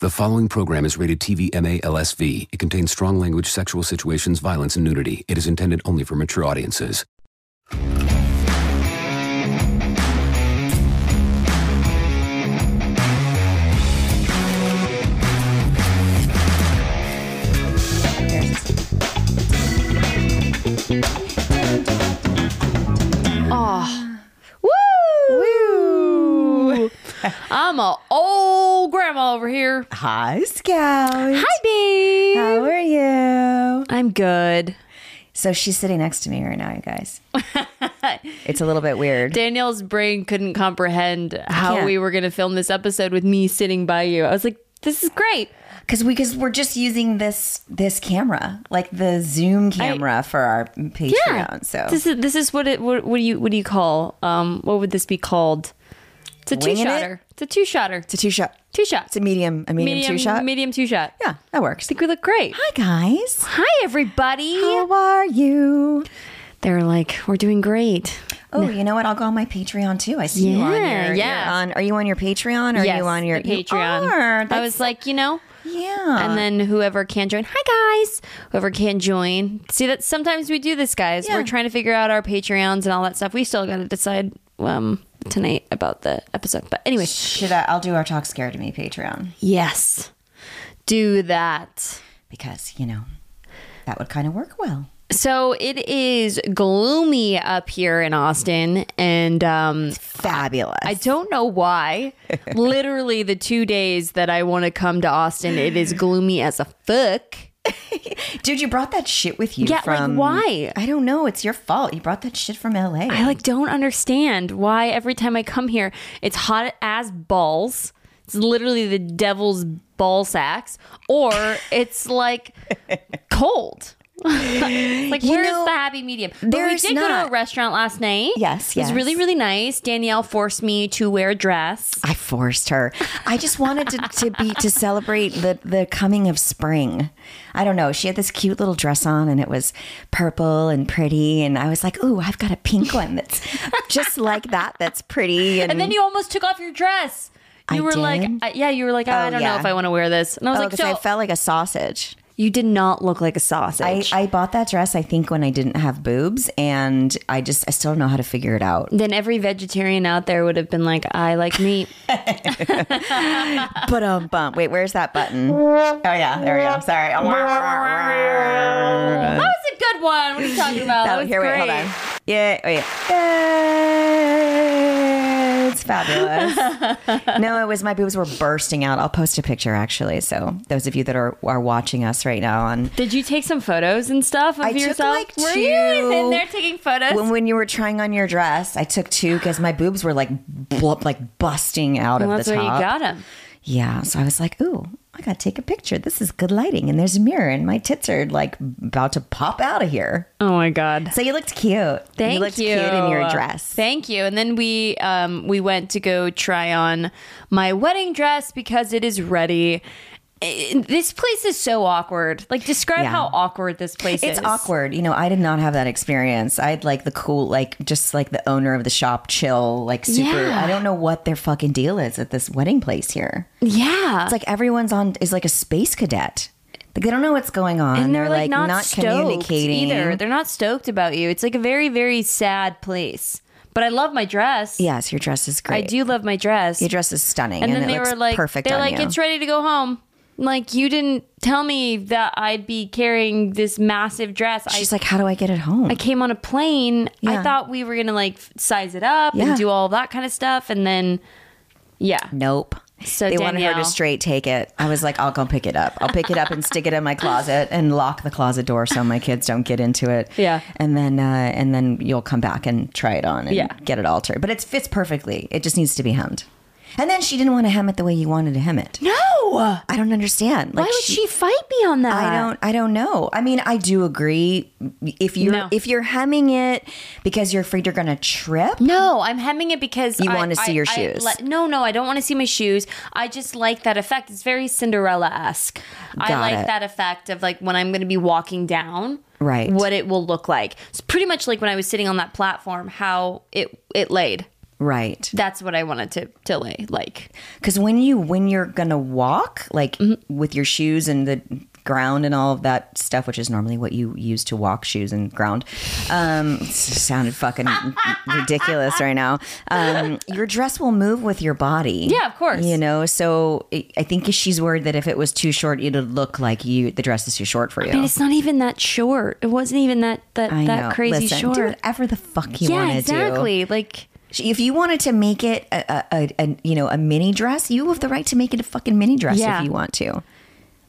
The following program is rated TV MA LSV. It contains strong language, sexual situations, violence, and nudity. It is intended only for mature audiences. Woo! I'm a old grandma over here. Hi, Scout. Hi, babe. How are you? I'm good. So she's sitting next to me right now, you guys. it's a little bit weird. Danielle's brain couldn't comprehend how can't. we were going to film this episode with me sitting by you. I was like, this is great. Cause we cause we're just using this this camera, like the Zoom camera for our Patreon. So this is this is what it what, what do you what do you call um what would this be called? It's a two Winging it? shotter. It's a two shotter. it's a two shot. Two shot. It's a medium, a medium, two shot. Medium two shot. yeah, that I works. think we look great. Hi guys. Hi everybody. How are you? They're like, we're doing great. Oh, you know what? I'll go on my Patreon too. I see you on Yeah, your, yeah. your- on, are you on your Patreon? Or are you on your the you Patreon? are. I That's- was like, you know, yeah. and then whoever can join, hi guys, whoever can join. See that sometimes we do this, guys. We're Yeah. trying to figure out our Patreons and all that stuff. We still got to decide um tonight about the episode. But anyway, should I? I'll do our talk scared to me Patreon. yes, do that. because you know that would kind of work well. So it is gloomy up here in Austin, and um, Fabulous. I don't know why. Literally, the two days that I want to come to Austin, it is gloomy as a fuck. Dude, you brought that shit with you Yeah, like, from why? I don't know. It's your fault. You brought that shit from LA. I like don't understand why every time I come here, it's hot as balls. It's literally the devil's ball sacks, or it's like cold. like where's know, the happy medium? But we there's did go to a not. restaurant last night. Yes, it was yes. really really nice. Danielle forced me to wear a dress. I forced her. I just wanted to, to be to celebrate the the coming of spring. I don't know. She had this cute little dress on, and it was purple and pretty. And I was like, "Ooh, I've got a pink one that's just like that. That's pretty." And, And then you almost took off your dress. You Mm. I were like, did? I, yeah, you were like, I Oh, don't know yeah. if I want to wear this. And I was oh, like, 'cause so I felt like a sausage. you did not look like a sausage. I, I bought that dress, I think, when I didn't have boobs, and I just I still don't know how to figure it out. then every vegetarian out there would have been like, I like meat. But um, bump. Wait, where's that button? Oh yeah, there we go. Sorry. That was a good one. What are you talking about? That Oh, was here, wait, hold great. on. Yeah, wait. It's fabulous. no, it was my boobs were bursting out. I'll post a picture actually. So those of you that are are watching us right now on Did you take some photos and stuff of I took, yourself? like, Were you two- in there taking photos? when, when you were trying on your dress, I took two because my boobs were like blub, like busting out Well, of that's the where top. you got them. Yeah. So I was like, ooh, I got to take a picture. This is good lighting. And there's a mirror, and my tits are like about to pop out of here. Oh my god! So you looked cute. Thank you. looked cute in your dress. Thank you. And then we um, we went to go try on my wedding dress because it is ready. Eh, This place is so awkward. Like, describe Yeah. how awkward this place is. It's awkward. You know, I did not have that experience. I had like the cool, like just like the owner of the shop, chill, like super. Yeah. I don't know what their fucking deal is at this wedding place here. Yeah. It's like everyone's on, is like a space cadet. Like they don't know what's going on. and they're, like, not, stoked communicating. either. They're not stoked about you. It's like a very very sad place. But I love my dress. yes, your dress is I great. do love my dress. Your dress is stunning. and And, then it they looks were like, perfect they're on like, you. it's ready to go home. Like you didn't tell me that I'd be carrying this massive dress. I, She's like, how do I get it home? I came on a plane. I Yeah. thought we were gonna like size it up Yeah. and do all that kind of stuff, and then yeah, nope. So they wanted her Danielle- to straight take it. I was like, I'll go pick it up. I'll pick it up and stick it in my closet and lock the closet door so my kids don't get into it. Yeah. And then uh, and then you'll come back and try it on and Yeah. get it altered. But it fits perfectly. It just needs to be hemmed. And then she didn't want to hem it the way you wanted to hem it. no. I don't understand. Like Why would she fight me on that? I don't I don't know. I mean, I do agree if you're No. if you're hemming it because you're afraid you're gonna trip. No, I'm hemming it because You I- wanna see I- your I shoes. li- no, no, I don't want to see my shoes. I just like that effect. It's very Cinderella esque. I Got like it. that effect of like when I'm going to be walking down, Right. What it will look like. It's pretty much like when I was sitting on that platform, how it it laid. Right. That's what I wanted to to lay like. Because when you when you're gonna walk, like Mm-hmm. with your shoes and the ground and all of that stuff, which is normally what you use to walk, shoes and ground, um, it sounded fucking ridiculous right now. Um, your dress will move with your body. Yeah, of course. You know, so it, I think she's worried that if it was too short, it'd look like you the dress is too short for you. And it's not even that short. It wasn't even that that I that know. crazy Listen, short. Do whatever the fuck you yeah, want to do. exactly. Like If you wanted to make it a, a, a, a you know a mini dress, you have the right to make it a fucking mini dress Yeah. if you want to.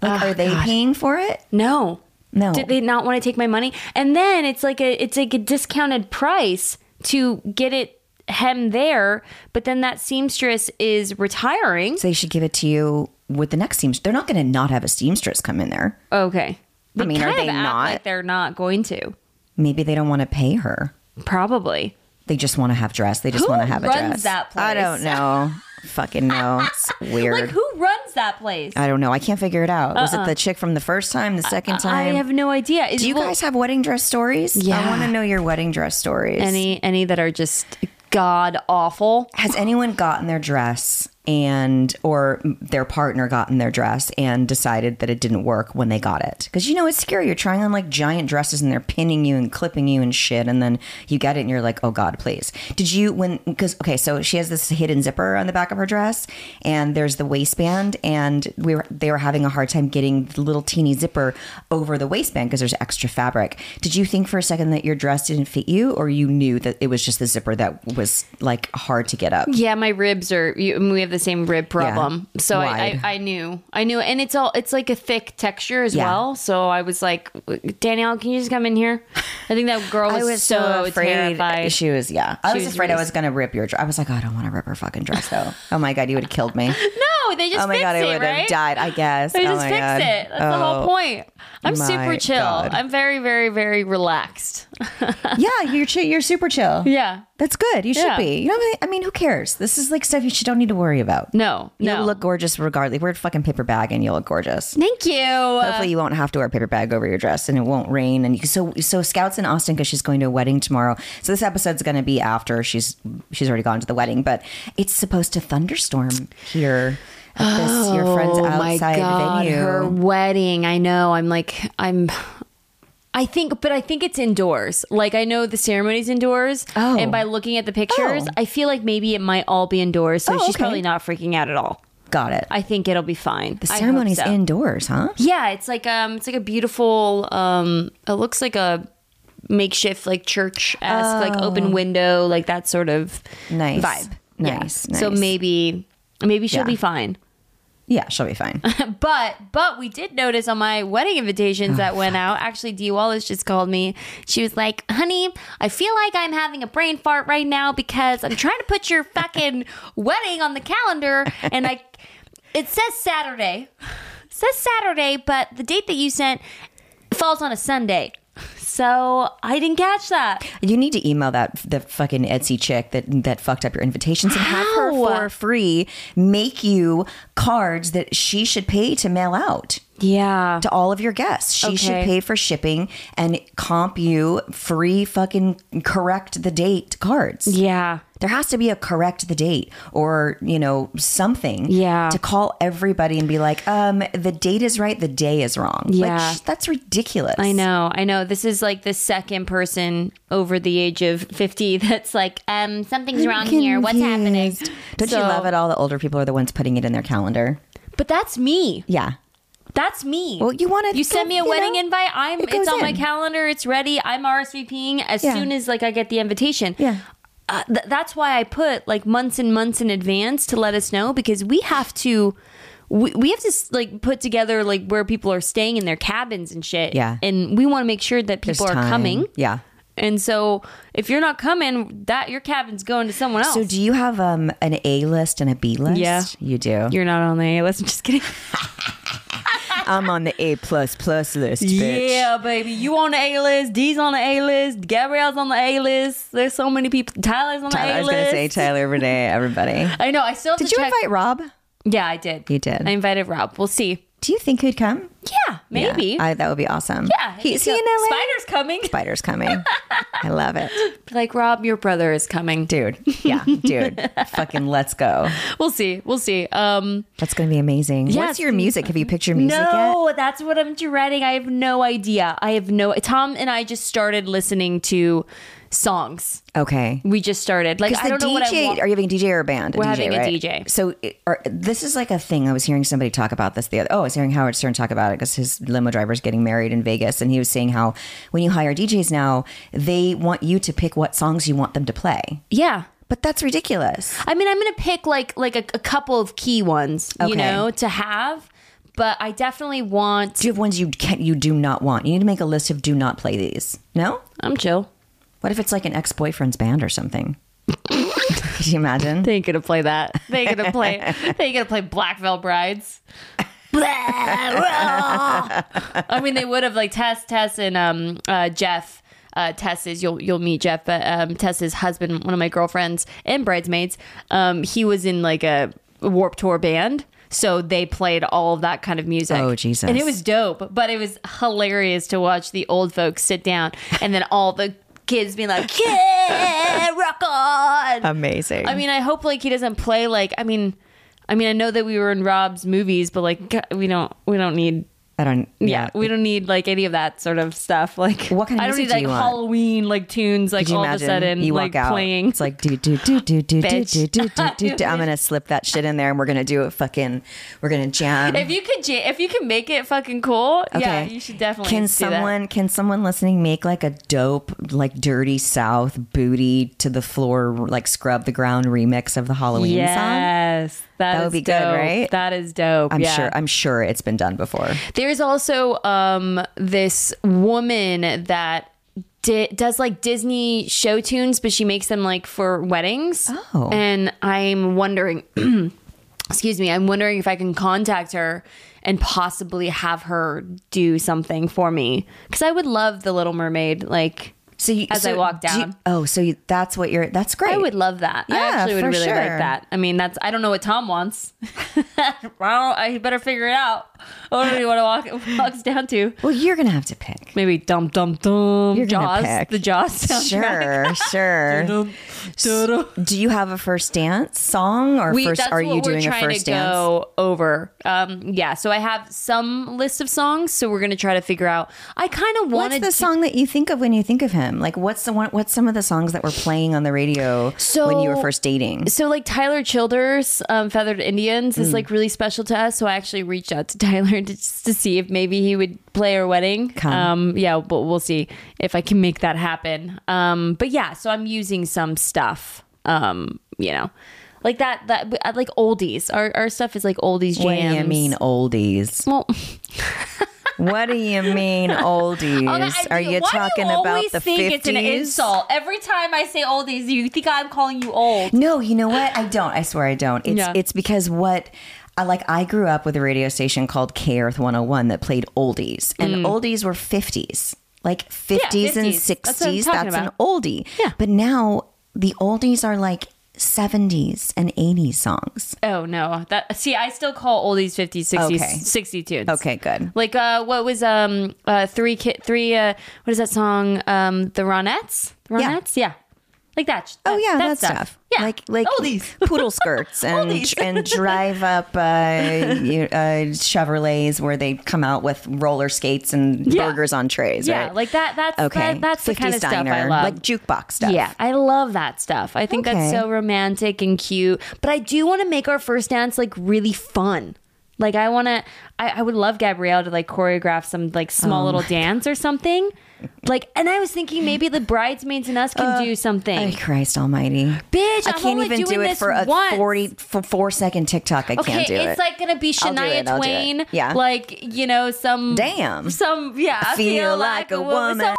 Like, Oh, are they God. paying for it? no. No. Did they not want to take my money? And then it's like a it's like a discounted price to get it hem there, but then that seamstress is retiring. So they should give it to you with the next seamstress. They're not going to not have a seamstress come in there. Okay. They mean, are kind of they act not? Like they're not going to. Maybe they don't want to pay her. Probably. They just want to have dress. They just Who want to have a runs dress. that I place? don't know. Fucking know. It's weird. Like who runs that place? I don't know. I can't figure it out. Was it the chick from the first time, the second Uh-uh. I time? have no idea. Is Do you well, guys have wedding dress stories? I Yeah. want to know your wedding dress stories. any any that are just god awful? Has anyone gotten their dress and or their partner gotten their dress and decided that it didn't work when they got it? Because you know it's scary. You're trying on like giant dresses and they're pinning you and clipping you and shit, and then you get it and you're like, oh god, please. Did you when? Because okay, so she has this hidden zipper on the back of her dress, and there's the waistband, and we were they were having a hard time getting the little teeny zipper over the waistband because there's extra fabric. Did you think for a second that your dress didn't fit you, or you knew that it was just the zipper that was like hard to get up? Yeah, my ribs are. You, we have the same rib problem, so I, wide. I I knew I knew, and it's all it's like a thick texture as Yeah. well. So I was like, Danielle, can you just come in here? I think that girl was, so, terrified. She was, yeah. I was, was afraid I really- was going to rip your dress. I was like, oh, I don't want to rip her fucking dress, though. oh my God, you would have killed me. no, they just Oh my fixed God, I it, would have right? died, I guess. They oh just my fixed God. it. That's the whole Oh. point. I'm my super chill. God. I'm very, very, very relaxed. yeah, you're, chi- you're super chill. Yeah. That's good. You should Yeah. be. You know, what I mean? I mean, who cares? This is like stuff you should- don't need to worry about. No. No. You'll look gorgeous regardless. Wear a fucking paper bag and you'll look gorgeous. Thank you. Uh, Hopefully, you won't have to wear a paper bag over your dress, and it won't rain. And you, so, so Scout's in Austin because she's going to a wedding tomorrow. So this episode's going to be after she's she's already gone to the wedding, but it's supposed to thunderstorm here. At this your friend's outside venue. Oh her wedding. I know. I'm like I'm. I think, but I think it's indoors. Like I know the ceremony's indoors, Oh. and by looking at the pictures, Oh. I feel like maybe it might all be indoors. So Oh, she's okay. probably not freaking out at all. Got it. I think it'll be fine. the ceremony's indoors, huh? Yeah, it's like um, it's like a beautiful. Um, it looks like a makeshift like church esque like open window like that sort of Oh. Nice vibe. Yeah. Nice. So nice. maybe maybe she'll Yeah. be fine. yeah, she'll be fine. But but we did notice on my wedding invitations that went out. Actually, Dee Wallace just called me. She was like, "Honey, I feel like I'm having a brain fart right now because I'm trying to put your fucking wedding on the calendar, and I it says Saturday, It says Saturday, but the date that you sent falls on a Sunday." So I didn't catch that. You need to email that the fucking Etsy chick that that fucked up your invitations and have her How? for free make you cards that she should pay to mail out Yeah. to all of your guests. She should Okay. pay for shipping and comp you free fucking correct the date cards. Yeah. There has to be a correct the date or, you know, something Yeah. to call everybody and be like, um, the date is right, the day is wrong. Yeah. Like, sh- that's ridiculous. I know, I know. This is like the second person over the age of fifty that's like, um, something's wrong here. What's happening? Don't you love it? All the older people are the ones putting it in their calendar. But that's me. Yeah. That's me. Well, you want to. you send me a wedding invite. I'm. it it's goes on my in. calendar. It's ready. I'm RSVPing as Yeah. soon as like I get the invitation. Yeah. Uh, th- that's why I put like months and months in advance to let us know because we have to. We, we have to s- like put together like where people are staying in their cabins and shit. Yeah. and we want to make sure that There's people are time. coming. Yeah. And so if you're not coming, that your cabin's going to someone else. So do you have um, an A list and a B list? Oh. Yeah. You do. you're not on the A list. I'm just kidding. I'm on the A plus plus list, bitch. Yeah, baby. You on the A list. D's on the A list. Gabrielle's on the A list. There's so many people. Tyler's on the Tyler, I A was gonna list. say Tyler Renee, everybody. I know. I still have Did to you check. invite Rob? yeah, I did. You did. I invited Rob. We'll see. Do you think he'd come? Yeah, maybe. Yeah, I, that would be awesome. Yeah, He, you is he go, in LA? Spider's coming. Spider's coming. I love it. Like Rob, your brother is coming. Dude. Yeah, dude. Fucking let's go. We'll see. We'll see. Um, That's going to be amazing. Yes. What's your music? Have you picked your music yet? no, that's what I'm dreading. I have no idea. I have no. Tom and I just started listening to songs. Okay. We just started. Like I Because don't the know what I DJ, want. are you having a DJ or a band? We're a DJ, having a right? DJ. So it- are, this is like a thing. I was hearing somebody talk about this the other. Oh, I was hearing Howard Stern talk about it because his limo driver's getting married in Vegas, and he was saying how when you hire DJs now, they want you to pick what songs you want them to play. yeah. But that's ridiculous. I mean, I'm gonna pick like like a, a couple of key ones, you Okay. know, to have. But I definitely want. Do you have ones you can you do not want? You need to make a list of do not play these. No. I'm chill. What if it's like an ex boyfriend's band or something? Could you imagine? They ain't gonna play that. They ain't gonna play. they ain't gonna play Black Veil Brides. Blah, rah. I mean, they would have like Tess, Tess, and um, uh, Jeff. Uh, Tess is you'll you'll meet Jeff, but um, Tess's husband, one of my girlfriends and bridesmaids, um, he was in like a Warp Tour band, so they played all of that kind of music. Oh, Jesus. And it was dope, but it was hilarious to watch the old folks sit down and then all the kids being like, "Yeah, rock on!" Amazing. I mean, I hope like he doesn't play like I mean, I mean, I know that we were in Rob's movies, but like g- we don't we don't need I don't. yeah, we don't need like any of that sort of stuff. Like What kind of I don't music need like do you want? Halloween like tunes like Could you all of a imagine sudden you walk like out? playing. It's like do do do do do do Bitch. do do do do. do. I'm gonna slip that shit in there, and we're gonna do a fucking. We're gonna jam. if you could ja- if you can make it fucking cool, yeah, you should definitely Can do someone can someone listening make like a dope like dirty South booty to the floor like scrub the ground remix of the that. Halloween song? Yes, that would is be good, dope. right? That is dope. I'm yeah. sure. I'm sure it's been done before. There's also um, this woman that di- does like Disney show tunes, but she makes them like for weddings. Oh. And I'm wondering, excuse me, I'm wondering if I can contact her and possibly have her do something for me because I would love The Little Mermaid. Like, So you, As I so walk do you- down. oh, so you, that's what you're. That's great. I would love that. I Yeah, actually would for really like sure. that. I mean, that's I don't know what Tom wants. well, I better figure it out. I don't know what it walk, walks down to. Well, you're gonna have to pick. Maybe dum dum dum. You're gonna Jaws, pick. the Jaws soundtrack. Sure, sure. Dum, dum. Do you have a first dance song or We, first that's are what you we're doing a trying first to dance? go over. Um, yeah, so I have some list of songs, so we're gonna try to figure out. I kind of What's wanted the to- song that you think of when you think of him? Like what's the one what's some of the songs that were playing on the radio when you were So- first dating? Mm. so like Tyler Childers, um, Feathered Indians is like really special to us. So I actually reached out to Tyler to, just to see if maybe he would play our wedding. Um, yeah, but we'll see if I can make that happen. Um, but yeah, so I'm using some stuff. Um, you know, like that that I like oldies. Our our stuff is like oldies jams. What do you mean oldies? Well, what do you mean oldies? I- Are you why do talking you about always the think It's an 50s? insult. Every time I say oldies, you think I'm calling you old. No, you know what? I don't. I swear I don't. It's Yeah. it's because what I like I grew up with a radio station called K Earth 101 that played oldies. And Mm. oldies were 50s. Like 50s and 50s. 60s. That's That's, what I'm talking an about. oldie. Yeah. But now the oldies are like 70s and 80s songs. Oh no, that see, I still call oldies 50s, 60s, Okay. 60 tunes. Okay, good. Like uh, what was um uh three ki- three uh what is that song um the Ronettes the Yeah. Ronettes yeah, like that, sh- Oh yeah, that that, stuff. yeah like like oldies poodle skirts and Oldies. and drive up uh, you- uh, Chevrolets where they come out with roller skates and Yeah. burgers on trays. yeah right? like that that's okay, that, that's the 50s kind of stuff I diner, love like jukebox stuff. Yeah, I love that stuff. I think that's Okay. so romantic and cute. But I do want to make our first dance like really fun. Like I want to. I, I would love Gabrielle to like choreograph some like Oh small little dance or something. Like, and I was thinking maybe the bridesmaids and us can do something. Oh, Christ Almighty! Bitch, I I'm can't only even doing do it this for a once. 40 for four second TikTok. I Okay, can't do it's it. like gonna be I'll do Shania it, I'll do it. Twain. Yeah. like you know some Damn. some yeah. I Feel like a woman.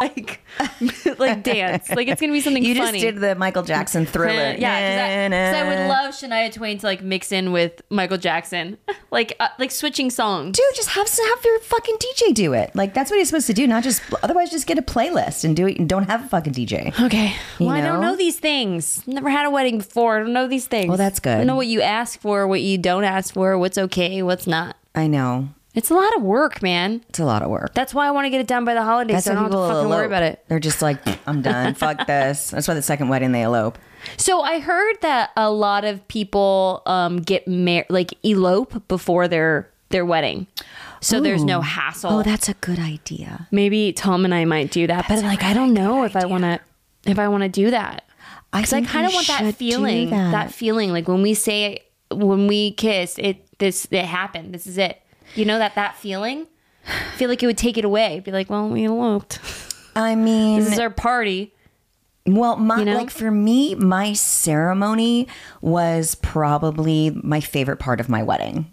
Like like dance. Like it's gonna be something you just funny. did the Michael Jackson thriller. Yeah, because I, 'cause I would Na-na. love Shania Twain to like mix in with Michael Jackson, like uh, like switching songs. Dude, just have have your fucking DJ do it. Like that's what he's supposed to do. Not just otherwise, just get a playlist and do it. And don't have a fucking DJ. Okay. Well, I don't know? know these things. Never had a wedding before. I don't know these things. Well, that's good. I know what you ask for, what you don't ask for, what's okay, what's not. I know. It's a lot of work, man. It's a lot of work. That's why I want to get it done by the holidays. so I why don't have to fucking worry elope. about it. They're just like, I'm done. Fuck this. That's why the second wedding they elope. So I heard that a lot of people um, get married, like elope before their their wedding, so there's no hassle. Oh, that's a good idea. Maybe Tom and I might do that, but like I don't know if I want to if I want to do that. Because I think kind of you want should do that feeling, that. that. feeling, like when we say when we kissed, it this it happened. This is it. You know that that feeling. I feel like it would take it away. Be like, well, we eloped. I mean, This is our party. Well, my You know? like for me, my ceremony was probably my favorite part of my wedding,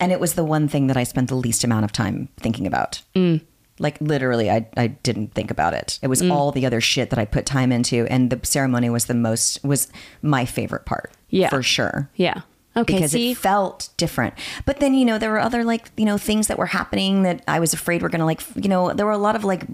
and it was the one thing that I spent the least amount of time thinking about. Mm. Like literally, I I didn't think about it. It was all the other shit that I put time into, and the ceremony was the most was my favorite part. Yeah. for sure Yeah. Okay. because see, it felt different. But then you know there were other like you know things that were happening that I was afraid were gonna like f- you know there were a lot of like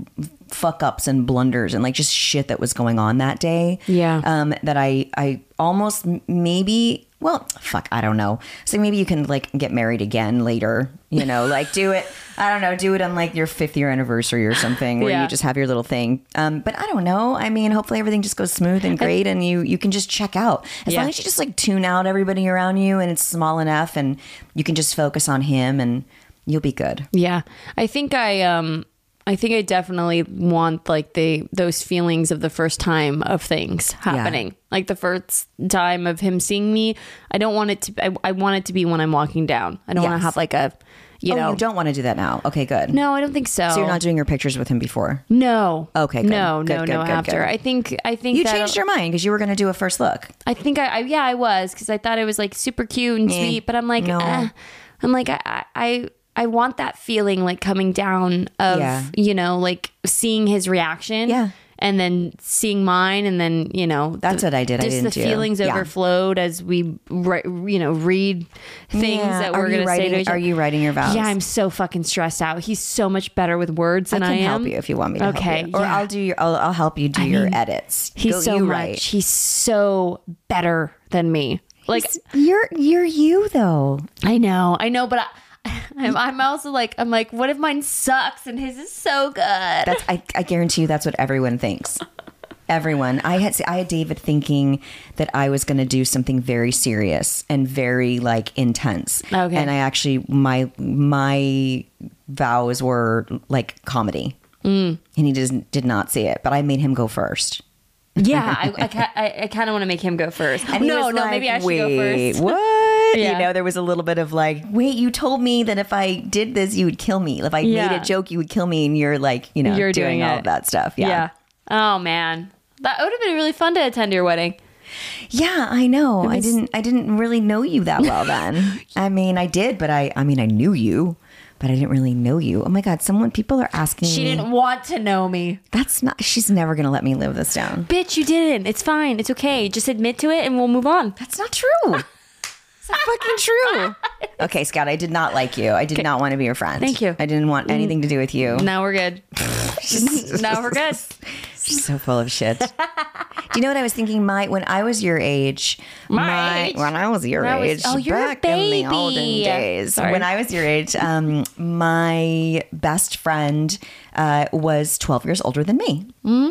fuck ups and blunders and like just shit that was going on that day. Yeah. Um, that I I almost m- maybe well fuck I don't know. So maybe you can like get married again later. You know like do it I don't know do it on like your fifth year anniversary or something where Yeah. you just have your little thing. Um, but I don't know. I mean hopefully everything just goes smooth and great and you you can just check out as Yeah. long as you you just like tune out everybody around you and it's small enough and you can just focus on him and you'll be good. Yeah. I think I um I think I definitely want like the those feelings of the first time of things happening. Like the first time of him seeing me. I don't want it to I, I want it to be when I'm walking down. I don't want Yes. to have like a you oh, know you don't want to do that now. Okay, good. No, I don't think so. So you're not doing your pictures with him before. no. Okay, good. No, Good, no, good, no. good, after good. I think I think You that'll- changed your mind because you were going to do a first look. I think I, I yeah I was because I thought it was like super cute and sweet, but I'm like no. eh. I'm like I- I I I want that feeling like coming down of Yeah. you know like seeing his reaction, Yeah. and then seeing mine, and then you know That's what I did. I Just didn't the do. feelings Yeah. overflowed as we ri- you know read things Yeah. that Are we're you gonna say writing- to each other. are you writing your vows? Yeah, I'm so fucking stressed out. He's so much better with words than I I, can am. help you if you want me to. help Okay, you. Or yeah. I'll do your I'll, I'll help you do your edits. He's Go- so you much. write. He's so better than me. Like You're you're you though. I know, I know, but I, I'm, I'm also like, I'm like, what if mine sucks and his is so good? That's I, I guarantee you that's what everyone thinks. Everyone. I had I had David thinking that I was going to do something very serious and very like intense. Okay. And I actually my my vows were like comedy. Mm. And he doesn't did not see it, but I made him go first. yeah, I, I, ca- I, I kind of want to make him go first. And he no, was no, like, maybe I should go "Wait, first. What? Yeah. You know, there was a little bit of like, wait, you told me that if I did this, you would kill me. If I Yeah. made a joke, you would kill me. And you're like, you know, You're doing, doing all it. of that stuff. Yeah. Oh man, that would have been really fun to attend your wedding. Yeah, I know. I didn't I didn't really know you that well then. I mean, I did, but I I mean, I knew you, but I didn't really know you. Oh my god, someone people are asking She me. didn't want to know me, That's not she's never going to let me live this down. bitch. You didn't. It's fine. It's okay. Just admit to it, and we'll move on. That's not true. It's not fucking true. Okay, Scott, I did not like you. I did not want to be your friend. Thank you. Mm. I didn't want anything to do with you. Now we're good. now we're good. She's so full of shit. do you know what I was thinking? My when I was your age, My age? when I was your When I was- age, oh, you're a back in the olden baby. days, Sorry. when I was your age, um, my best friend uh, was twelve years older than me. Mm-hmm. Hmm?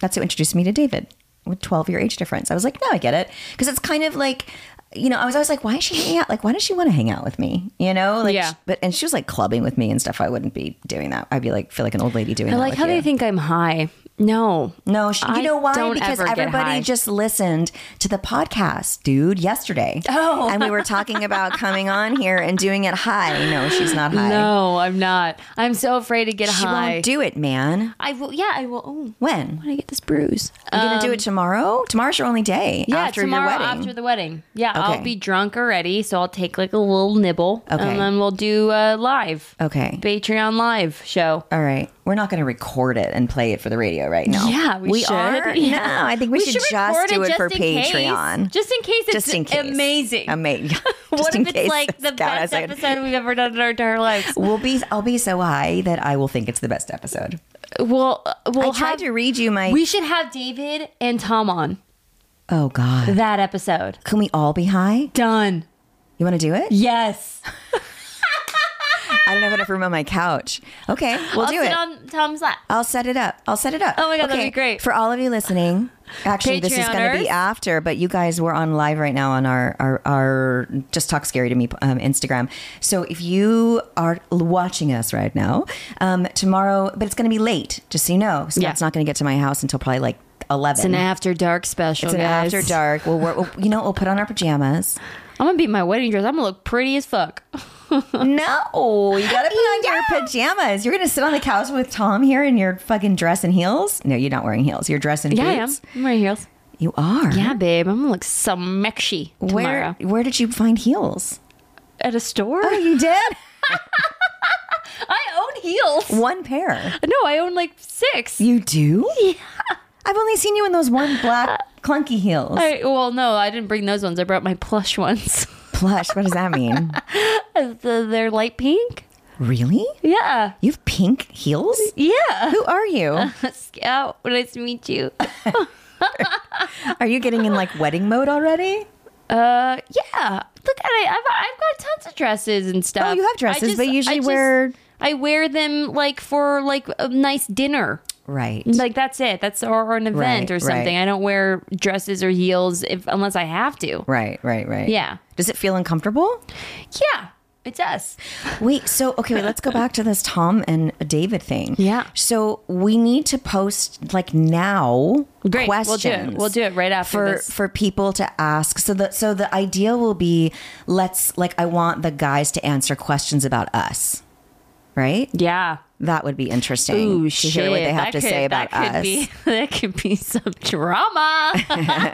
That's who introduced me to David with twelve year age difference. I was like, no, I get it, because it's kind of like. You know, I was always like, why is she hanging out? Like, why does she want to hang out with me? You know, like, Yeah. but and she was like clubbing with me and stuff. I wouldn't be doing that. I'd be like, feel like an old lady doing I that. like with how you. they think I'm high. No, No, she, I you know why? don't Because ever get high. everybody just listened to the podcast, dude, yesterday. Oh. and we were talking about coming on here and doing it high. No, she's not high. No, I'm not. I'm so afraid to get she high. won't do it, man. I will. Yeah, I will. Oh, When? when I get this bruise. Um, You're gonna do it tomorrow? Tomorrow's your only day yeah, after tomorrow your wedding. after the wedding. Yeah, I'll Okay. be drunk already, so I'll take like a little nibble, Okay. and then we'll do a live okay. Patreon live show. All right. We're not gonna record it and play it for the radio right now. Yeah, we should. are. Yeah. No, I think we, should, record just do it just for in case. Patreon. just in case it's Just in case. amazing. Amazing. what if it's like the best episode we've ever done in our entire lives? We'll be. I'll be so high that I will think it's the best episode. Well, uh, we'll I tried have. to read you my. we should have David and Tom on oh God! that episode. Can we all be high? Done. You want to do it? Yes. I don't have enough room on my couch. Okay, we'll I'll do sit it. on Tom's lap. I'll set it up. I'll set it up. Oh my God, okay. that'd be great. For all of you listening, actually, this is going to Patreoners. be after, but you guys were on live right now on our, our, our Just Talk Scary to Me um, Instagram. So if you are watching us right now, um, tomorrow, but it's going to be late, just so you know. Scott's Yeah. not going to get to my house until probably like 11. It's an after dark special. It's an guys. after dark. We'll, work, we'll, you know, we'll put on our pajamas. I'm gonna be in my wedding dress. I'm gonna look pretty as fuck. No, you gotta put on your pajamas. You're gonna sit on the couch with Tom here in your fucking dress and heels. No, you're not wearing heels. You're dressed in Yeah, I am. boots. I'm wearing heels. You are. Yeah, babe. I'm gonna look so mexy tomorrow Where Where did you find heels? at a store. Oh, you did I own heels. one pair. No, I own like six. You do? Yeah. Uh, I've only seen you in those one black clunky heels. I, well, no, I didn't bring those ones. I brought my plush ones. Plush. What does that mean? The- They're light pink. really? Yeah. You have pink heels? Yeah. Uh, Who are you? Scout, nice to meet you. Are you getting in like wedding mode already? Uh, yeah. Look at it. I've, I've got tons of dresses and stuff. Oh, you have I dresses, just- but usually I just- wear I wear them like for like a nice dinner. right. Like that's it. That's or, or an event Right, or something. right. I don't wear dresses or heels if unless I have to. Right, right, right. Yeah. Does it feel uncomfortable? Yeah, it does. Wait, so okay, wait, let's go back to this Tom and David thing. Yeah. So we need to post like now Great, we'll do it. questions. We'll do it right after for this. for people to ask. So the so the idea will be let's like I want the guys to answer questions about us. Right? Yeah. That would be interesting to hear what they have to say about that could us. Be, that could be some drama.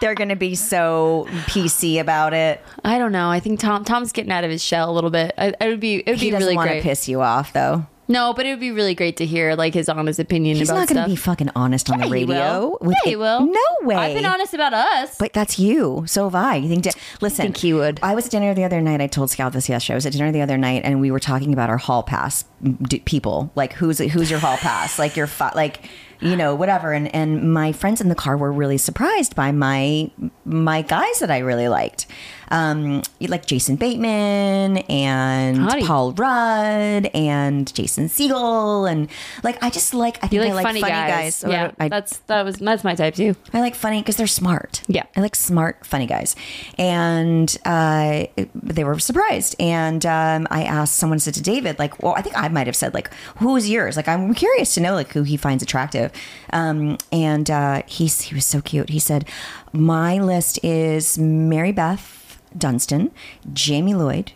They're going to be so PC about it. I don't know. I think Tom Tom's getting out of his shell a little bit. I, it would be it would He be doesn't really want to great. piss you off though. No, but it would be really great to hear like his honest opinion He's about not going stuff. to be fucking honest on the Yeah, he radio. will. with yeah, it. he will. No way. I've been honest about us. But that's you. So have I. You think? di- listen, think he would. I was at dinner the other night. I told Scout this yesterday. I was at dinner the other night, and we were talking about our hall pass mm, d- people. Like, who's who's your hall pass? like your fi- like, you know, whatever. And and my friends in the car were really surprised by my my guys that I really liked, um, like Jason Bateman and Howdy. Paul Rudd and Jason Siegel, and like I just like I think you like, I like funny, guys. or Yeah, I- that's that was that's my type too. I like funny because they're smart. Yeah. I like smart, funny guys. And uh, they were surprised. And um, I asked someone, said to David, like, well, I think I might have said, like, who is yours? Like, I'm curious to know, like, who he finds attractive. Um, and uh, he's, he was so cute. He said, my list is Mary Beth Dunstan, Jamie Lloyd,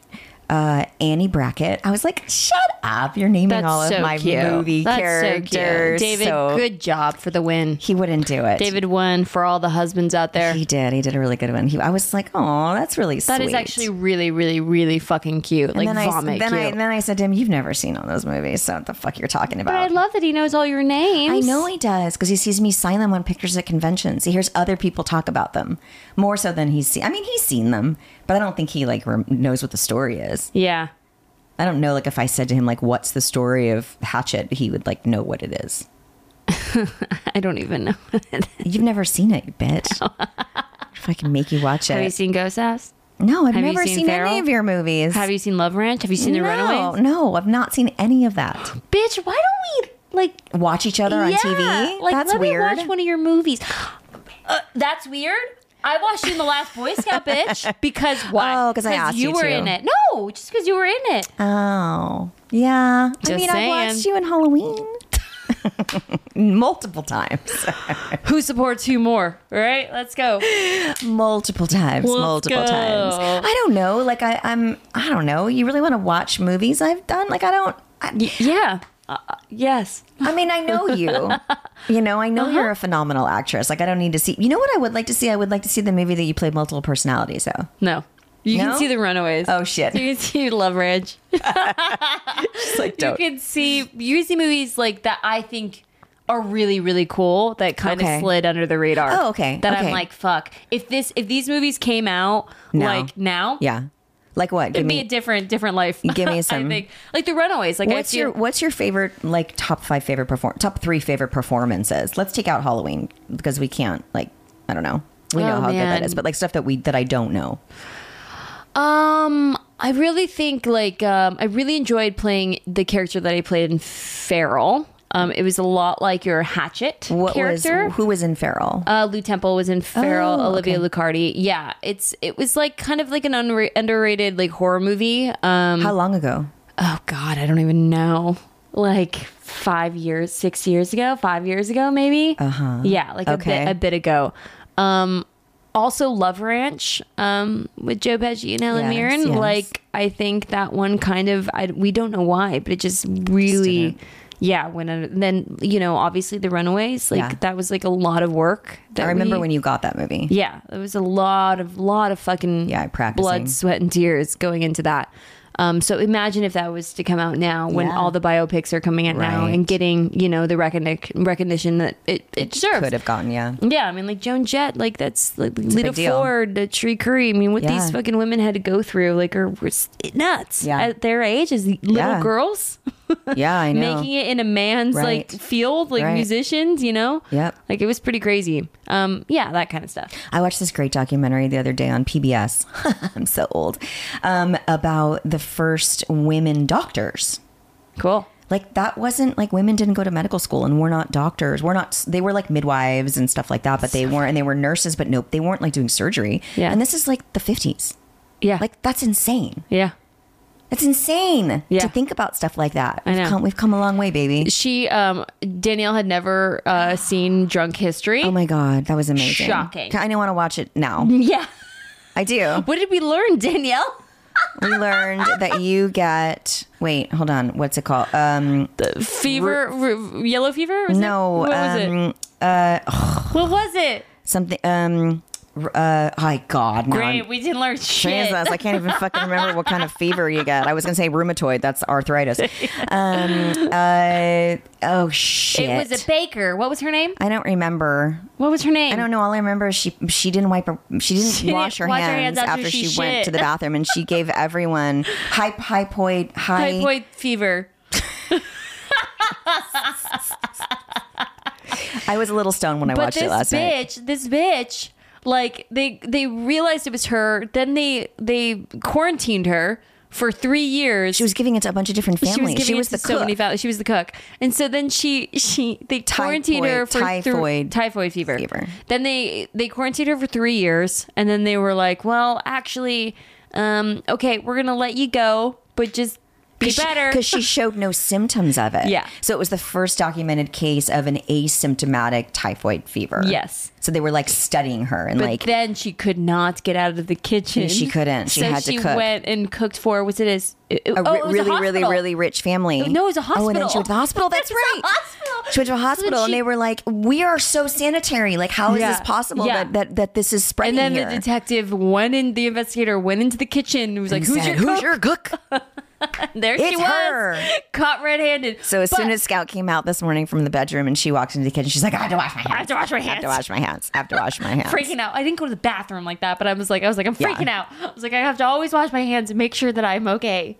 uh, Annie Brackett. I was like, shut up. You're naming That's all so of my cute. movie that's characters. So cute. David, So good job for the win. He wouldn't do it. David won for all the husbands out there. He did. He did a really good one. He, I was like, oh, that's really That sweet. is actually really, really, really fucking cute. Like And then vomit I, then cute. I then I said to him, "You've never seen all those movies, so what the fuck you're talking but I about?" love that he knows all your names. I know he does because he sees me sign them on pictures at conventions. He hears other people talk about them more so than he's seen. I mean, he's seen them, but I don't think he like rem- knows what the story is. Yeah. I don't know. Like if I said to him, like, "What's the story of Hatchet?" He would like know what it is. I don't even know. You've never seen it, you bitch. if I can make you watch Have you it, seen Ghost House? no, I've have you never seen seen, any Feral? of your movies. Have you seen Love Ranch? Have you seen The no, Runaways? no, I've not seen any of that. Bitch, why don't we like watch each other on yeah, TV. Like, That's let weird. Me watch one of your movies. Uh, that's weird. I watched you in the last Boy Scout, bitch. Because why? Oh, 'cause I asked you you were to. in it. No, just because you were in it. Oh, yeah. I Just mean, I saying. watched you in Halloween multiple times, Who supports who more? Right? Let's go. multiple times, Let's multiple go. times. I don't know. Like I, I'm. I don't know. You really want to watch movies I've done? Like I don't. I, yeah. Uh, yes. I mean, I know you. You know, I know Uh-huh. you're a phenomenal actress. Like, I don't need to see. You know what I would like to see? I would like to see the movie that you played multiple personalities. though. No. You No? can see The Runaways. oh shit! You can see Love Ranch. Just like You don't. can see you can see movies like that. I think are really really cool that kind of Okay. slid under the radar. Oh, okay, That I'm okay. like, fuck. If this if these movies came out Now. like now, Yeah. Like what? Give it'd be me a different different life. Give me I some. think like the Runaways. Like I What's see- your What's your favorite like top five favorite perform top three favorite performances? Let's take out Halloween because we can't like I don't know. We know Oh, how good man. that is, but like stuff that we that I don't know. um. I really think like um, I really enjoyed playing the character that I played in Feral. Um, it was a lot like your Hatchet What character. was who was in Feral? Uh, Lou Temple was in Feral. Oh, Olivia Lucardi. Yeah, it's it was like kind of like an unre- underrated like horror movie. Um, How long ago? oh God, I don't even know. Like five years, six years ago, five years ago, maybe. Uh huh. Yeah, like a Uh-huh. Okay. bit, a bit ago. Um, also, Love Ranch um, with Joe Pesci and Helen Yes, Mirren. yes. Like, I think that one kind of I, we don't know why, but it just really. yeah, when and then you know, obviously the Runaways, like Yeah. that was like a lot of work. That I remember we- when you got that movie. yeah, it was a lot of lot of fucking Yeah, practicing. blood, sweat, and tears going into that. Um, so imagine if that was to come out now when Yeah. all the biopics are coming out now Right. and getting you know the recognition recognition that it it, deserves. Could have gotten, yeah. Yeah, I mean like Joan Jett, like that's like Lita big deal. Ford, uh, Tree Curry. I mean, what these Yeah. fucking women had to go through, like, are were s- nuts Yeah. at their age as little Yeah. girls Yeah, I know. making it in a man's Right. like field, like Right. musicians, you know. Yep. Like it was pretty crazy. Um, yeah, that kind of stuff. I watched this great documentary the other day on PBS. I'm so old. Um, about the first women doctors. Cool. Like that wasn't like women didn't go to medical school and we're not doctors. We're not. They were like midwives and stuff like that, but they weren't. And they were nurses, but nope, they weren't like doing surgery. Yeah. And this is like the 50s. Yeah. Like that's insane. yeah. That's insane Yeah. to think about stuff like that. I We've know. come, we've come a long way, baby. She um Danielle had never uh seen Drunk History. Oh my god, that was amazing. Shocking. Mm-hmm. I want to watch it now. yeah. I do. What did we learn, Danielle? We learned that you get. Wait, hold on. What's it called? Um, Fever, r- yellow fever? Was no. It? What was um, it? What was it? Something. Um. r- Uh. Oh my god. now I'm- Great. We didn't learn shit. Jesus, I can't even fucking remember what kind of fever you get. I was gonna say rheumatoid. That's arthritis. Um, uh, oh shit! It was a baker. What was her name? I don't remember. What was her name? I don't know. All I remember is she she didn't wipe her she didn't didn't wash, her, wash her hands hands after after, she she, went shit. to the bathroom, and she gave everyone high hypoid high. Typhoid fever. I was a little stoned when I But watched this it last night. bitch, this bitch, like they they realized it was her. Then they they quarantined her for three years. She was giving it to a bunch of different families. She was, giving it the to so many cook. fa- she was the cook, and so then she she they quarantined her for Typhoid- thr- typhoid typhoid fever. fever. Then they they quarantined her for three years, and then they were like, well, actually, um, okay, we're gonna let you go, but just be better. because she showed no symptoms of it. Yeah. So it was the first documented case of an asymptomatic typhoid fever. Yes. So they were like studying her and but like then she could not get out of the kitchen. She couldn't. She so had to she cook. went and cooked for was it a, s- it- a oh, ri- it was a really, really, hospital. really rich family. No, it was a Oh, and hospital. then she went to the hospital. That's It was a right. hospital. She went to a So then hospital, she- and they were like, "We are so sanitary. Like, how is Yeah. this possible Yeah. that, that that this And is spreading then here?" the detective went in. The investigator went into the kitchen. and Was like, And "Who's said, your "Who's cook?" your cook?" There she It's was, her. caught red-handed. So as soon But- as Scout came out this morning from the bedroom, and she walked into the kitchen, she's like, "I have to wash my hands. I have to wash my I have hands. to wash my hands. I have to wash my hands." freaking out. I didn't go to the bathroom like that, but I was like, I was like, I'm freaking out. I was like, I have to always wash my hands and make sure that I'm okay.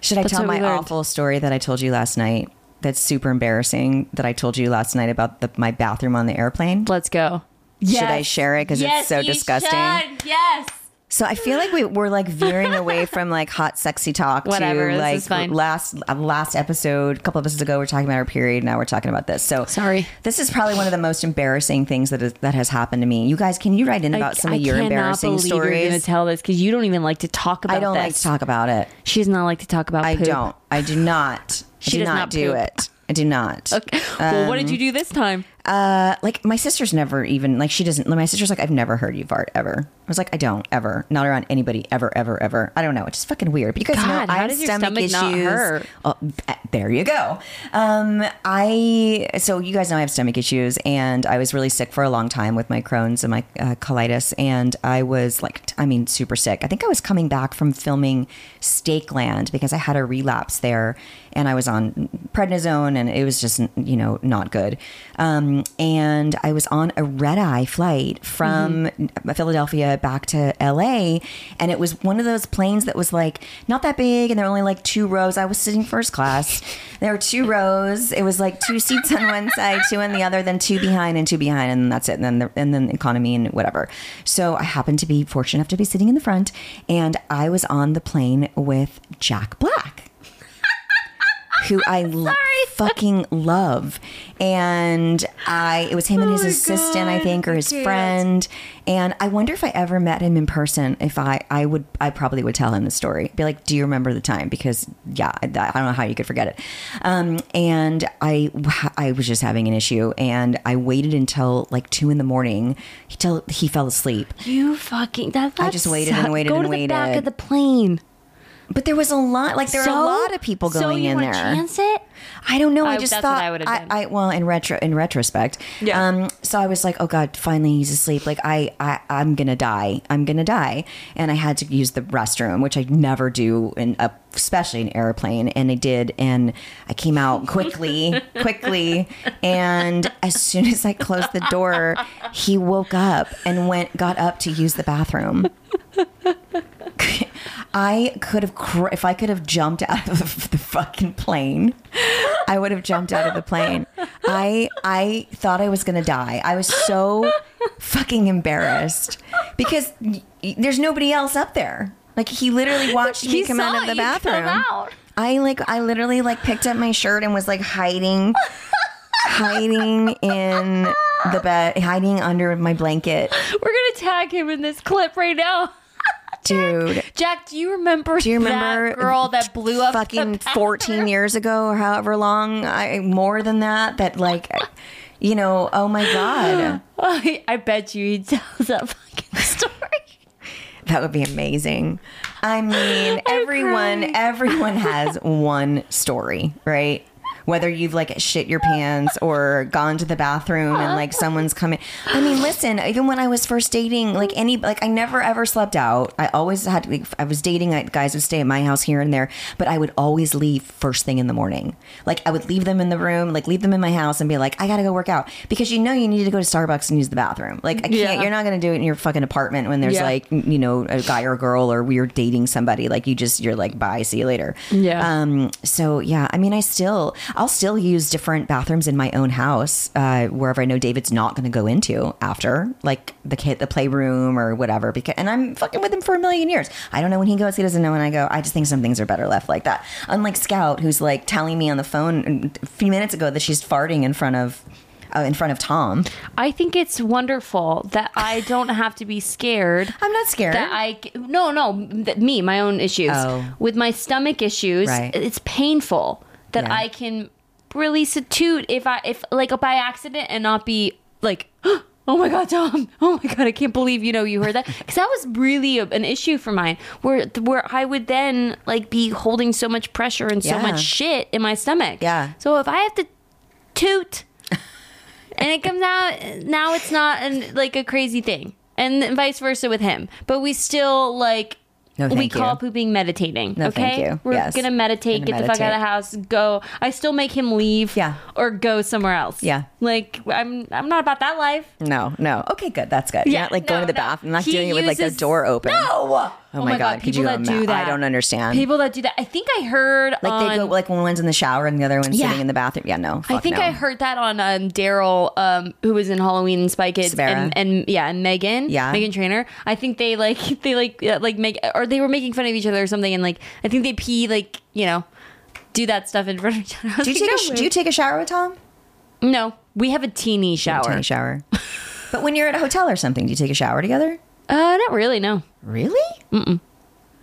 Should I That's tell what we my learned. awful story that I told you last night? That's super embarrassing. That I told you last night about the, my bathroom on the airplane. Let's go. Yes. Should I share it because Yes, it's so you disgusting? should. Yes. So I feel like we, we're like veering away from like hot, sexy talk Whatever, to this like is fine. last uh, last episode, a couple of episodes ago, we are talking about our period. Now we're talking about this. So Sorry. this is probably one of the most embarrassing things that is, that has happened to me. You guys, can you write in about some of your cannot embarrassing believe You're going stories? to tell this because you don't even like to talk about I don't this. like to talk about it. She does not like to talk about I poop. don't. I do not. She I do does not, not do poop. it. I do not. Okay. well, what did Um, you do this time? Uh, like my sister's never even like she doesn't. My sister's like I've never heard you fart ever. I was like I don't ever, not around anybody ever, ever, ever. I don't know. It's just fucking weird. But you guys God, know I how have does your stomach, stomach not issues. hurt? Oh, th- there you go. Um, I so you guys know I have stomach issues, and I was really sick for a long time with my Crohn's and my uh, colitis, and I was like, t- I mean, super sick. I think I was coming back from filming Steak Land because I had a relapse there, and I was on prednisone, and it was just you know not good. Um, Um, and I was on a red eye flight from uh, Philadelphia back to LA. And it was one of those planes that was like not that big and there were only like two rows. I was sitting first class. There were two rows. It was like two seats on one side, two on the other, then two behind and two behind. And that's it. And then, the, and then economy and whatever. So I happened to be fortunate enough to be sitting in the front. And I was on the plane with Jack Black who I l- fucking love. And I, it was him and his Oh my assistant, I God, think, or I his can't. friend. And I wonder if I ever met him in person. If I, I would, I probably would tell him the story. Be like, do you remember the time? Because yeah, I, I don't know how you could forget it. Um, and I, I was just having an issue, and I waited until like two in the morning till he fell asleep. You fucking that. that just waited and suck- waited Go and to the back waited. of the plane. But there was a lot, like there were So- a lot of people going so you in wanna there. Chance it. I don't know. I, I- just that's what thought I would've done. I, well, in retro, in retrospect, Yeah. Um, so I was like, oh god, finally he's asleep. Like I, I, I'm gonna die. I'm gonna die. And I had to use the restroom, which I never do in a, especially an airplane. And I did, and I came out quickly, quickly. And as soon as I closed the door, he woke up and went, got up to use the bathroom. I could have, cr- if I could have jumped out of the, the fucking plane, I would have jumped out of the plane. I I thought I was gonna die. I was so fucking embarrassed because y- y- there's nobody else up there. Like he literally watched me He come out saw of the you come bathroom. out. I like I literally like picked up my shirt and was like hiding, hiding in the bed, hiding under my blanket, We're gonna tag him in this clip right now. dude. Jack, do you remember? Do you remember that girl that blew up? the fucking bathroom? 14 years ago or however long I more than that that like you know oh my god Oh, I, I bet you he tells that fucking story. that would be amazing I mean everyone crying. everyone has one story right whether you've like shit your pants or gone to the bathroom and like someone's coming I mean listen even when I was first dating like any like I never ever slept out I always had to like, I was dating I, guys would stay at my house here and there but I would always leave first thing in the morning like I would leave them in the room like leave them in my house and be like I gotta go work out because you know you need to go to Starbucks and use the bathroom like I can't Yeah. you're not gonna do it in your fucking apartment when there's Yeah. like you know a guy or a girl or we're dating somebody like you just you're like bye see you later Yeah. um, so yeah, I mean, I still, I'll still use different bathrooms in my own house, uh, wherever I know David's not going to go into after, like the kid, the playroom or whatever. Because, and I'm fucking with him for a million years. I don't know when he goes, he doesn't know when I go. I just think some things are better left like that. Unlike Scout, who's like telling me on the phone a few minutes ago that she's farting in front of, uh, in front of Tom. I think it's wonderful that I don't have to be scared. I'm not scared. that I c- no no that me my own issues Oh. with my stomach issues. Right. It's painful that Yeah. I can release a toot if I if like by accident and not be like. Oh my god, Tom! Oh my god, I can't believe you know you heard that because that was really a, an issue for mine, where where I would then like be holding so much pressure and so Yeah. much shit in my stomach. Yeah. So if I have to toot, and it comes out now it's not an, like a crazy thing and vice versa with him but we still like No, we thank you. call pooping meditating No, okay thank you. we're Yes. gonna meditate Gonna get the fuck out meditate. of the house go i still make him leave Yeah. or go somewhere else Yeah. like i'm i'm not about that life no, no. Okay, good. That's good. Yeah, Yeah, not like no, going to the no. bathroom. I'm not He doing it with like the uses- door open. oh, Oh, my god, could people you that ima- do that I don't understand. people that do that i think i heard Like on, they go like when one's in the shower and the other one's Yeah. sitting in the bathroom. Yeah, no. I fuck think no. I heard that on um, Daryl, um, who was in Halloween and Spy Kids, Savera. and, and yeah, and Megan, Yeah. Megan Trainer. I think they like they like yeah, like make or they were making fun of each other or something, and like I think they pee like you know do that stuff in front of each other. I was Do like, you take a no sh- way. do you take a shower with Tom? no, we have a teeny shower. Tiny shower. but when you're at a hotel or something, do you take a shower together? Uh, not really. No, Really? Mm-mm.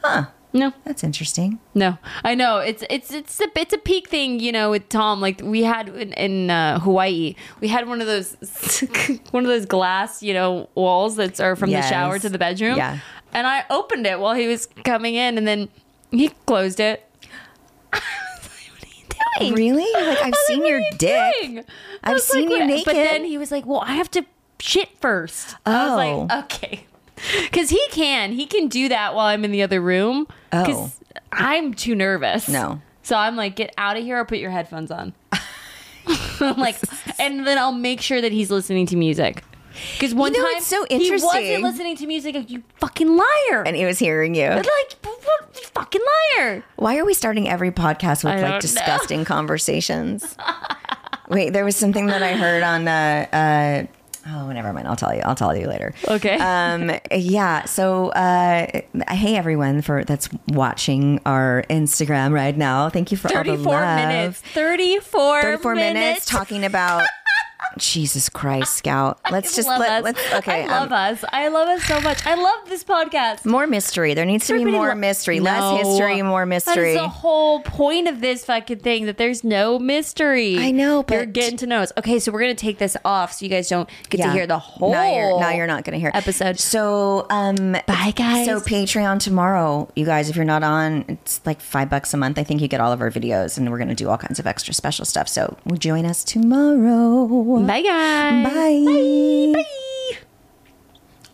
Huh. no. That's interesting. No, I know it's it's it's a it's a peak thing, you know. With Tom, like we had in, in uh, Hawaii, we had one of those one of those glass, you know, walls that are from Yes. the shower to the bedroom. Yeah. and I opened it while he was coming in, and then he closed it. I was like, what are you doing? Really? You're like, I I've was seen like, your "What are you dick. doing?" I've I was seen you "What?" naked. But then he was like, "Well, I have to shit first. I was Oh. like, "Okay." Cuz he can. He can do that while I'm in the other room. 'Cause I'm too nervous. Oh. No. So I'm like, "Get out of here or put your headphones on." like, and then I'll make sure that he's listening to music. Because one know, time it's so he interesting. wasn't listening to music. Like, you fucking liar! and he was hearing you. But, like, what, what- you fucking liar! Why are we starting every podcast with I don't know. like disgusting conversations? Wait, there was something that I heard on. Uh, uh, oh, never mind. I'll tell you. I'll tell you later. Okay. Um, yeah. So, uh, hey everyone for that's watching our Instagram right now. Thank you for all the Thirty-four love. minutes. Thirty-four. Thirty-four minutes, talking about. Jesus Christ, Scout. Let's just love let, us. let's I okay. um, love us. I love us so much. I love this podcast. more mystery. There needs to be Everybody more lo- mystery. No. Less history, more mystery. That is the whole point of this fucking thing that there's no mystery. I know, you're but- getting to know us. Okay, so we're gonna take this off so you guys don't get to hear the whole. Now you're, now you're not going to hear episode. So, um, Bye, guys. So Patreon tomorrow, you guys. If you're not on, it's like five bucks a month. I think you get all of our videos, and we're going to do all kinds of extra special stuff. So, join us tomorrow. Bye, guys. Bye. Bye.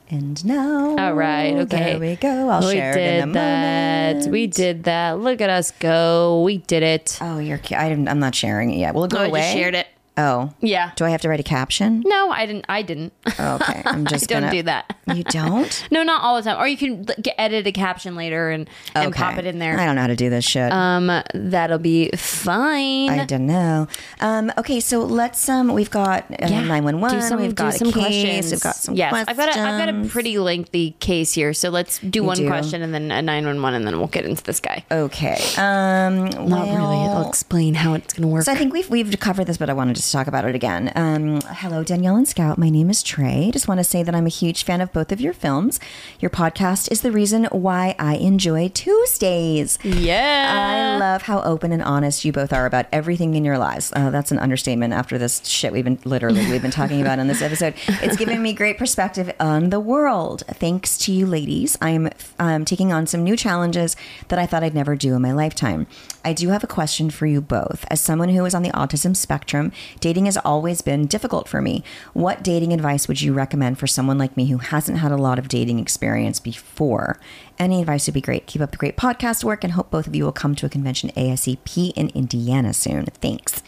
And now, All right. Okay. There we go. I'll we share did it in a that. moment. We did that. Look at us go. We did it. Oh, you're. cu- I didn't, I'm not sharing it yet. Will it go I away? Oh, just shared it. Oh, Yeah. do I have to write a caption? No, I didn't. I didn't. Oh, okay, I'm just Don't gonna do that. You don't. No, not all the time. Or you can l- get, edit a caption later and, and Okay. pop it in I there. don't know how to do this shit. Um, that'll be fine. I don't know. Um, okay, so let's. Um, we've got Yeah. nine one Do one. some- We've do got some a case. questions. We've got some yes, questions. I've got a, I've got a pretty lengthy case here, so let's do one do. question and then a nine one one, and then we'll get into this guy. okay. Um, Not really. I'll explain how it's gonna work. So I think we've we've covered this, but I wanted to talk about it again. Um, hello, Danielle and Scout. My name is Trey. Just want to say that I'm a huge fan of both of your films. Your podcast is the reason why I enjoy Tuesdays. I yeah, love how open and honest you both are about everything in your lives. Uh, that's an understatement after this shit we've been literally we've been talking about on this episode. It's given me great perspective on the world. Thanks to you ladies, I'm um, taking on some new challenges that I thought I'd never do in my lifetime. I do have a question for you both. As someone who is on the autism spectrum, dating has always been difficult for me. What dating advice would you recommend for someone like me who hasn't had a lot of dating experience before? Any advice would be great. Keep up the great podcast work and hope both of you will come to a convention ASCP in Indiana soon. Thanks.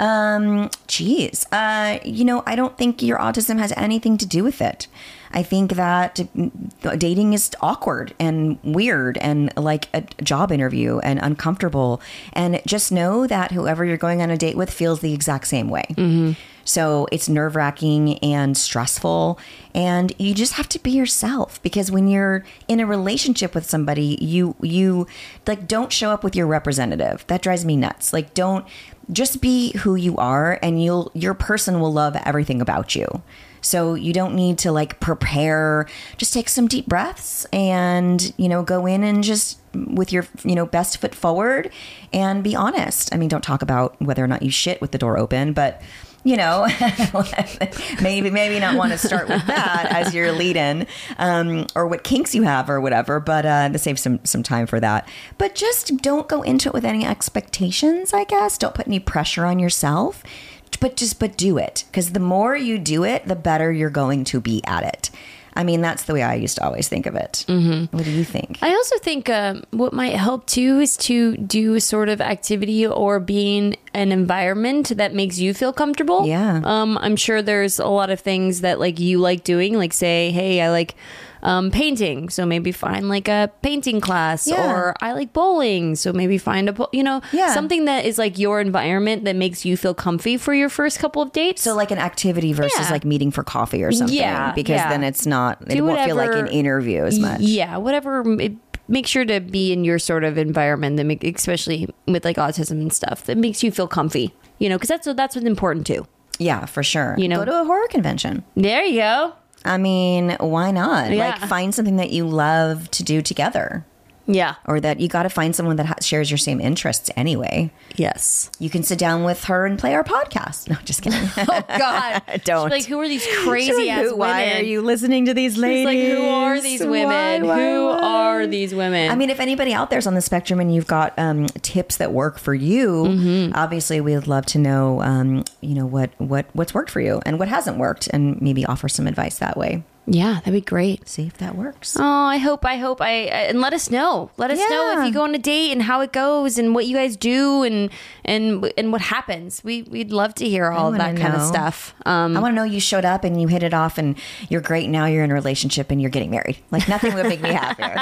Um, geez, uh, you know, I don't think your autism has anything to do with it. I think that mm, dating is awkward and weird and like a job interview and uncomfortable. And just know that whoever you're going on a date with feels the exact same way. So it's nerve wracking and stressful. And you just have to be yourself because when you're in a relationship with somebody, you, you like don't show up with your representative. That drives me nuts. Like, don't just be who you are and you'll, your person will love everything about you. So you don't need to like prepare. Just take some deep breaths and, you know, go in and just with your, you know, best foot forward and be honest. I mean, don't talk about whether or not you shit with the door open, but you know, maybe maybe not want to start with that as your lead in um, or what kinks you have or whatever, but uh, to save some some time for that. But just don't go into it with any expectations, I guess. Don't put any pressure on yourself but just but do it because the more you do it the better you're going to be at it i mean that's the way i used to always think of it mm-hmm. what do you think I also think um, what might help too is to do a sort of activity or be in an environment that makes you feel comfortable. Yeah. Um, I'm sure there's a lot of things that like you like doing, like say, hey, I like um, painting, so maybe find like a painting class, Yeah. or I like bowling, so maybe find a bo- you know Yeah. something that is like your environment that makes you feel comfy for your first couple of dates. so like an activity versus Yeah. like meeting for coffee or something Yeah, because yeah. then it's not it Do won't feel like whatever- an interview as much Yeah, whatever. It, make sure to be in your sort of environment that make, especially with like autism and stuff, that makes you feel comfy. You know, because that's what that's what's important too. yeah for sure You know- go to a horror convention There you go. i mean why not Yeah. like find something that you love to do together Yeah. or that you got to find someone that ha- shares your same interests anyway Yes. you can sit down with her and play our podcast no just kidding Oh God. Don't. Like, who are these crazy She's like, ass "Who- women? Why are you listening to these It's ladies? like, who are these Why, women? why, who why?" are these women? I mean, if anybody out there's on the spectrum and you've got um, tips that work for you, Mm-hmm. obviously we'd love to know, um, you know, what what what's worked for you and what hasn't worked, and maybe offer some advice that way. Yeah, that'd be great. See if that works. Oh, I hope, I hope, I and let us know. Let us know Yeah. if you go on a date and how it goes and what you guys do and and and what happens. We we'd love to hear all of wanna that kind of know. stuff. Um, I want to know you showed up and you hit it off and you're great. Now you're in a relationship and you're getting married. Like nothing would make me happier.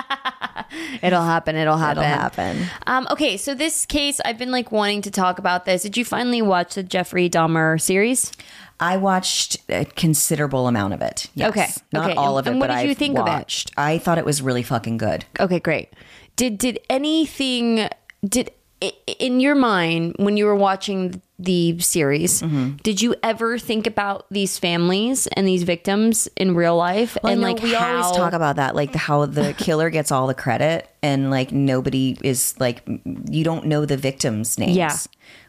it'll happen. It'll happen. It'll happen. Um, okay, so this case, I've been like wanting to talk about this. Did you finally watch the Jeffrey Dahmer series? I watched a considerable amount of it. Yes. Okay. Not Okay. all of it, And what but did I you think of it? watched. I thought it was really fucking good. Okay, great. Did did anything did i- in your mind when you were watching the series, Mm-hmm. did you ever think about these families and these victims in real life Well, and I know like we how always talk about that, like the, how the killer gets all the credit and like nobody is like m- you don't know the victims' names, Yeah.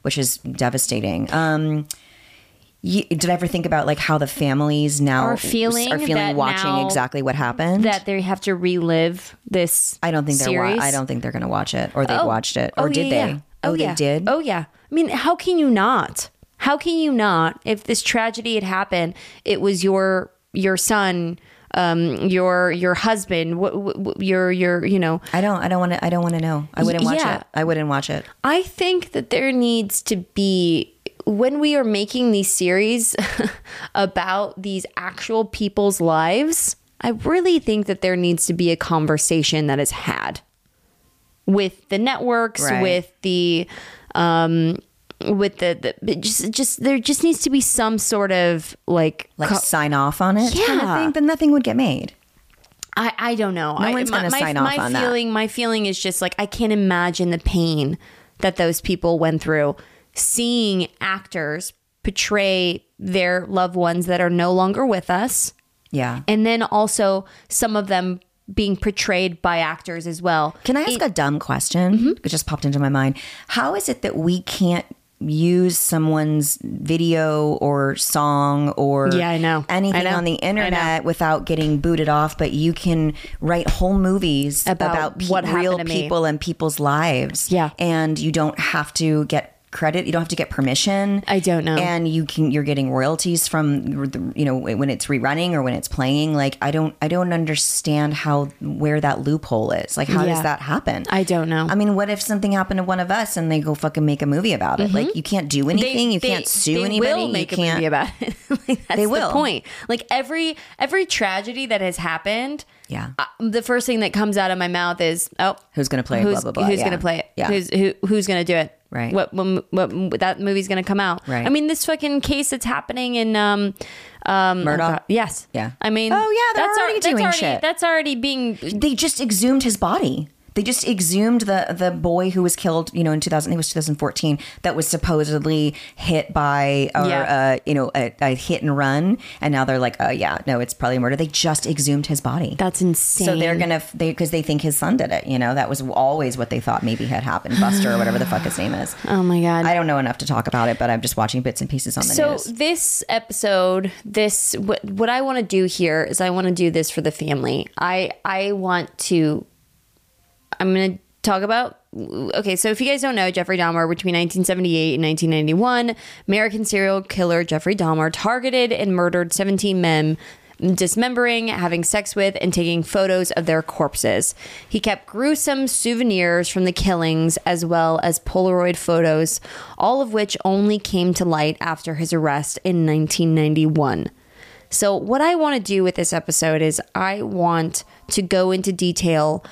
which is devastating. Um, you, did I ever think about like how the families now Are feeling are feeling that watching now exactly what happened? that they have to relive this? I don't think they're. Wa- series? I don't think they're going to watch it, or they watched it, or Oh, did yeah, they? yeah. Oh, they yeah. did. Oh yeah. I mean, how can you not? How can you not? If this tragedy had happened, it was your your son, um, your your husband, wh- wh- wh- your your you know. I don't. I don't want to. I don't want to know. I wouldn't watch yeah. it. I wouldn't watch it. I think that there needs to be when we are making these series about these actual people's lives. I really think that there needs to be a conversation that is had with the networks, Right. with the um, with the, the just just there just needs to be some sort of like, Like co- sign off on it. kind of Yeah. thing, then nothing would get made. I, I don't know. I, one's my- gonna my- sign off my on that. feeling, My feeling is just like I can't imagine the pain that those people went through seeing actors portray their loved ones that are no longer with us, Yeah. and then also some of them being portrayed by actors as well. Can I ask a dumb question? Mm-hmm. It just popped into my mind. How is it that we can't use someone's video or song or Yeah, I know. anything I know. on the I know. internet without getting booted off, but you can write whole movies About about, pe- what happened real to me. people and people's lives. Yeah. And you don't have to get credit you don't have to get permission I don't know. and you can you're getting royalties from the- you know when it's rerunning or when it's playing like i don't i don't understand how where that loophole is like how Yeah. does that happen I don't know. I mean, what if something happened to one of us and they go fucking make a movie about it? Like, you can't do anything. you Mm-hmm. they- can't sue they anybody. Will make you a can't. movie about it. like, that's They The will. point. Like every every tragedy that has happened. Yeah. uh, the first thing that comes out of my mouth is, oh, Who's gonna play it, Who's, blah, blah, blah. Who's Yeah. gonna play it? Yeah. Who's who, Who's gonna do it? Right. What what, what that movie's gonna come out? Right. I mean, this fucking case that's happening in um um Murdoch? God, Yes. Yeah. I mean, Oh, yeah, they're that's al- already that's doing already, shit. That's already being they just exhumed his body. They just exhumed the the boy who was killed, you know, in 2000, I think it was 2014, that was supposedly hit by, or, Yeah. uh, you know, a, a hit and run. And now they're like, oh, yeah, no, it's probably murder. They just exhumed his body. that's insane. So they're gonna they because they think his son did it. You know that was always what they thought maybe had happened. Buster or whatever the fuck his name is. Oh my god. I don't know enough to talk about it, but I'm just watching bits and pieces on the so news. this episode this what, what i want to do here is i want to do this for the family i i want to i'm going to talk about okay so if you guys don't know jeffrey dahmer between 1978 and 1991 american serial killer jeffrey dahmer targeted and murdered 17 men dismembering having sex with and taking photos of their corpses he kept gruesome souvenirs from the killings as well as polaroid photos all of which only came to light after his arrest in 1991 so, what I want to do with this episode is I want to go into detail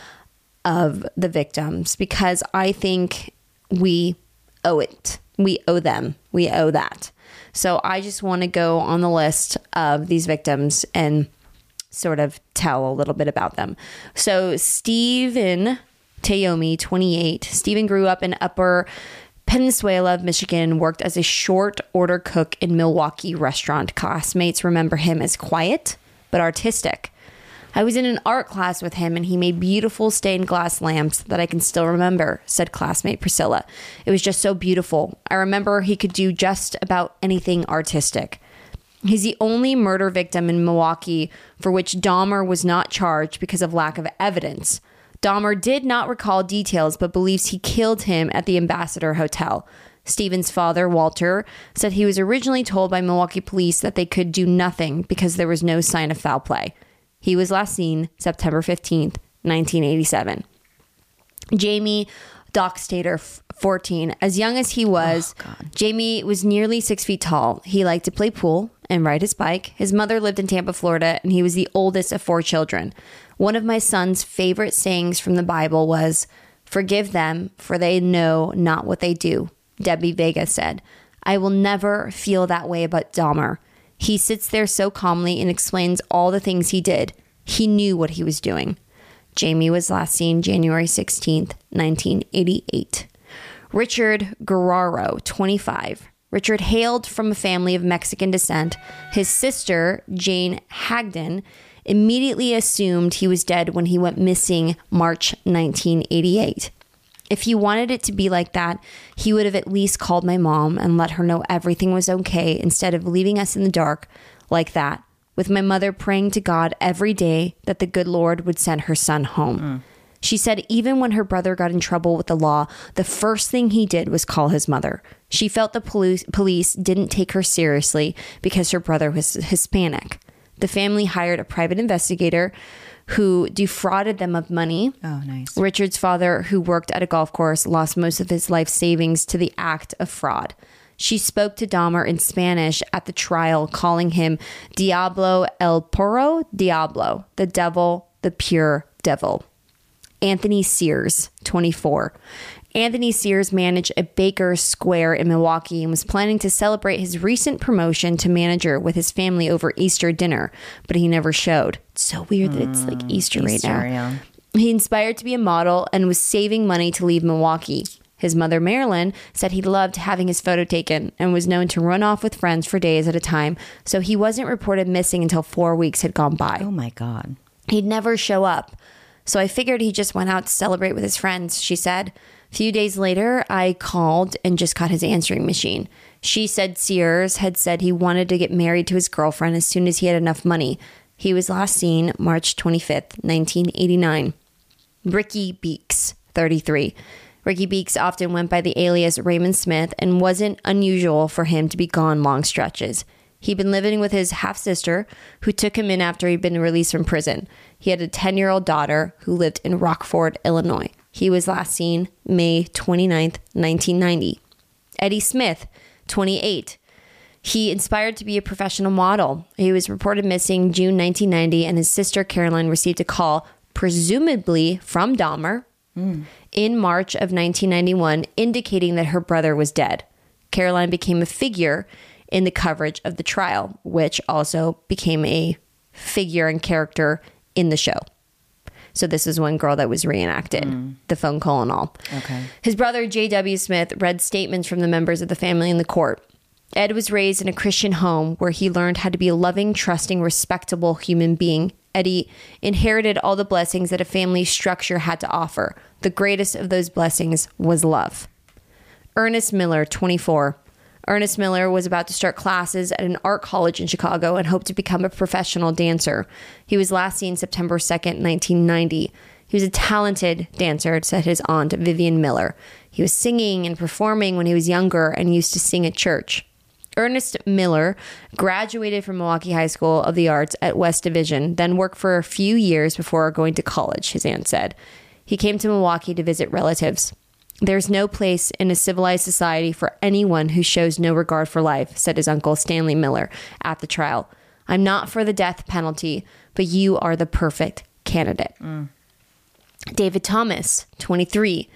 of the victims because I think we owe it. We owe them. We owe that. So, I just want to go on the list of these victims and sort of tell a little bit about them. So, Stephen Tayomi, 28, Stephen grew up in Upper Peninsula of Michigan, worked as a short order cook in Milwaukee restaurant. Classmates remember him as quiet but artistic. I was in an art class with him and he made beautiful stained glass lamps that I can still remember, said classmate Priscilla. It was just so beautiful. I remember he could do just about anything artistic. He's the only murder victim in Milwaukee for which Dahmer was not charged because of lack of evidence. Dahmer did not recall details but believes he killed him at the Ambassador Hotel. Stephen's father, Walter, said he was originally told by Milwaukee police that they could do nothing because there was no sign of foul play. He was last seen September 15th, 1987. Jamie Dox Tater, f- 14. As young as he was, Jamie was nearly six feet tall. He liked to play pool and ride his bike. His mother lived in Tampa, Florida, and he was the oldest of four children. One of my son's favorite sayings from the Bible was, Forgive them, for they know not what they do. Debbie Vega said, I will never feel that way about Dahmer. He sits there so calmly and explains all the things he did. He knew what he was doing. Jamie was last seen January 16th, 1988. Richard Guerrero, 25. Richard hailed from a family of Mexican descent. His sister, Jane Hagden, immediately assumed he was dead when he went missing March 1988. If he wanted it to be like that, he would have at least called my mom and let her know everything was okay instead of leaving us in the dark like that, with my mother praying to God every day that the good Lord would send her son home. She said even when her brother got in trouble with the law, the first thing he did was call his mother. She felt the polu- police didn't take her seriously because her brother was Hispanic. The family hired a private investigator who defrauded them of money. Oh, nice. Richard's father, who worked at a golf course, lost most of his life savings to the act of fraud. She spoke to Dahmer in Spanish at the trial, calling him Diablo el Poro Diablo, the devil, the pure devil. Anthony Sears, 24. Anthony Sears managed a Baker Square in Milwaukee and was planning to celebrate his recent promotion to manager with his family over Easter dinner, but he never showed. It's so weird that it's like Easter, right now. yeah. He inspired to be a model and was saving money to leave Milwaukee. His mother, Marilyn, said he loved having his photo taken and was known to run off with friends for days at a time, so he wasn't reported missing until four weeks had gone by. Oh my God. He'd never show up. So I figured he just went out to celebrate with his friends, she said. A few days later, I called and just got his answering machine. She said Sears had said he wanted to get married to his girlfriend as soon as he had enough money. He was last seen March 25th, 1989. Ricky Beeks, 33. Ricky Beeks often went by the alias Raymond Smith and wasn't unusual for him to be gone long stretches. He'd been living with his half sister, who took him in after he'd been released from prison. He had a 10 year old daughter who lived in Rockford, Illinois. He was last seen May 29th, 1990. Eddie Smith, 28. He inspired to be a professional model. He was reported missing June 1990, and his sister Caroline received a call, presumably from Dahmer, in March of 1991, indicating that her brother was dead. Caroline became a figure in the coverage of the trial, which also became a figure and character in the show. So this is one girl that was reenacted, the phone call and all. Okay. His brother J.W. Smith read statements from the members of the family in the court. Ed was raised in a Christian home where he learned how to be a loving, trusting, respectable human being. Eddie inherited all the blessings that a family structure had to offer. The greatest of those blessings was love. Ernest Miller, 24. Ernest Miller was about to start classes at an art college in Chicago and hoped to become a professional dancer. He was last seen September 2nd, 1990. He was a talented dancer, said his aunt, Vivian Miller. He was singing and performing when he was younger and used to sing at church. Ernest Miller graduated from Milwaukee High School of the Arts at West Division, then worked for a few years before going to college, his aunt said. He came to Milwaukee to visit relatives. There's no place in a civilized society for anyone who shows no regard for life, said his uncle Stanley Miller at the trial. I'm not for the death penalty, but you are the perfect candidate. David Thomas, 23.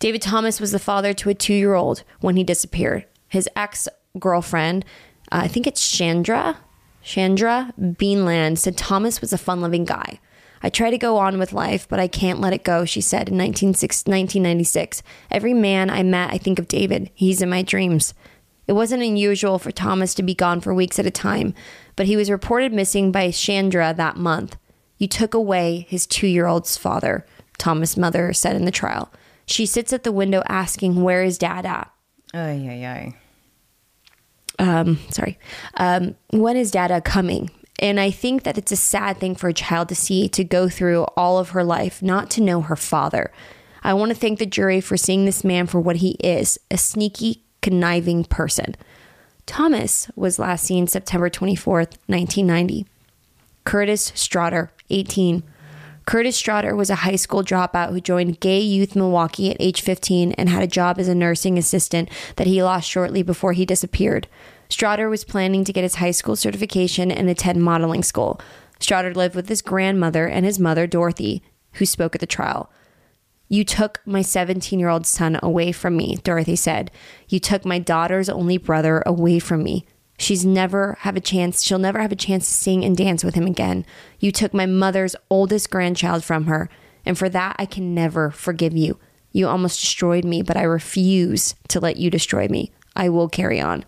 David Thomas was the father to a two year old when he disappeared. His ex girlfriend, uh, I think it's Chandra, Chandra Beanland, said Thomas was a fun loving guy. I try to go on with life, but I can't let it go, she said in 1996 1996. Every man I met, I think of David. He's in my dreams. It wasn't unusual for Thomas to be gone for weeks at a time, but he was reported missing by Chandra that month. You took away his two year old's father, Thomas' mother said in the trial. She sits at the window asking, Where is dad at? Oh, yeah, yeah. um, sorry, um, when is data coming? And I think that it's a sad thing for a child to see, to go through all of her life, not to know her father. I want to thank the jury for seeing this man for what he is a sneaky, conniving person. Thomas was last seen September 24th, 1990. Curtis Strotter, 18. Curtis Strotter was a high school dropout who joined Gay Youth Milwaukee at age 15 and had a job as a nursing assistant that he lost shortly before he disappeared. Strotter was planning to get his high school certification and attend modeling school. Strotter lived with his grandmother and his mother, Dorothy, who spoke at the trial. You took my 17 year old son away from me, Dorothy said. You took my daughter's only brother away from me. She's never have a chance. She'll never have a chance to sing and dance with him again. You took my mother's oldest grandchild from her, and for that I can never forgive you. You almost destroyed me, but I refuse to let you destroy me. I will carry on.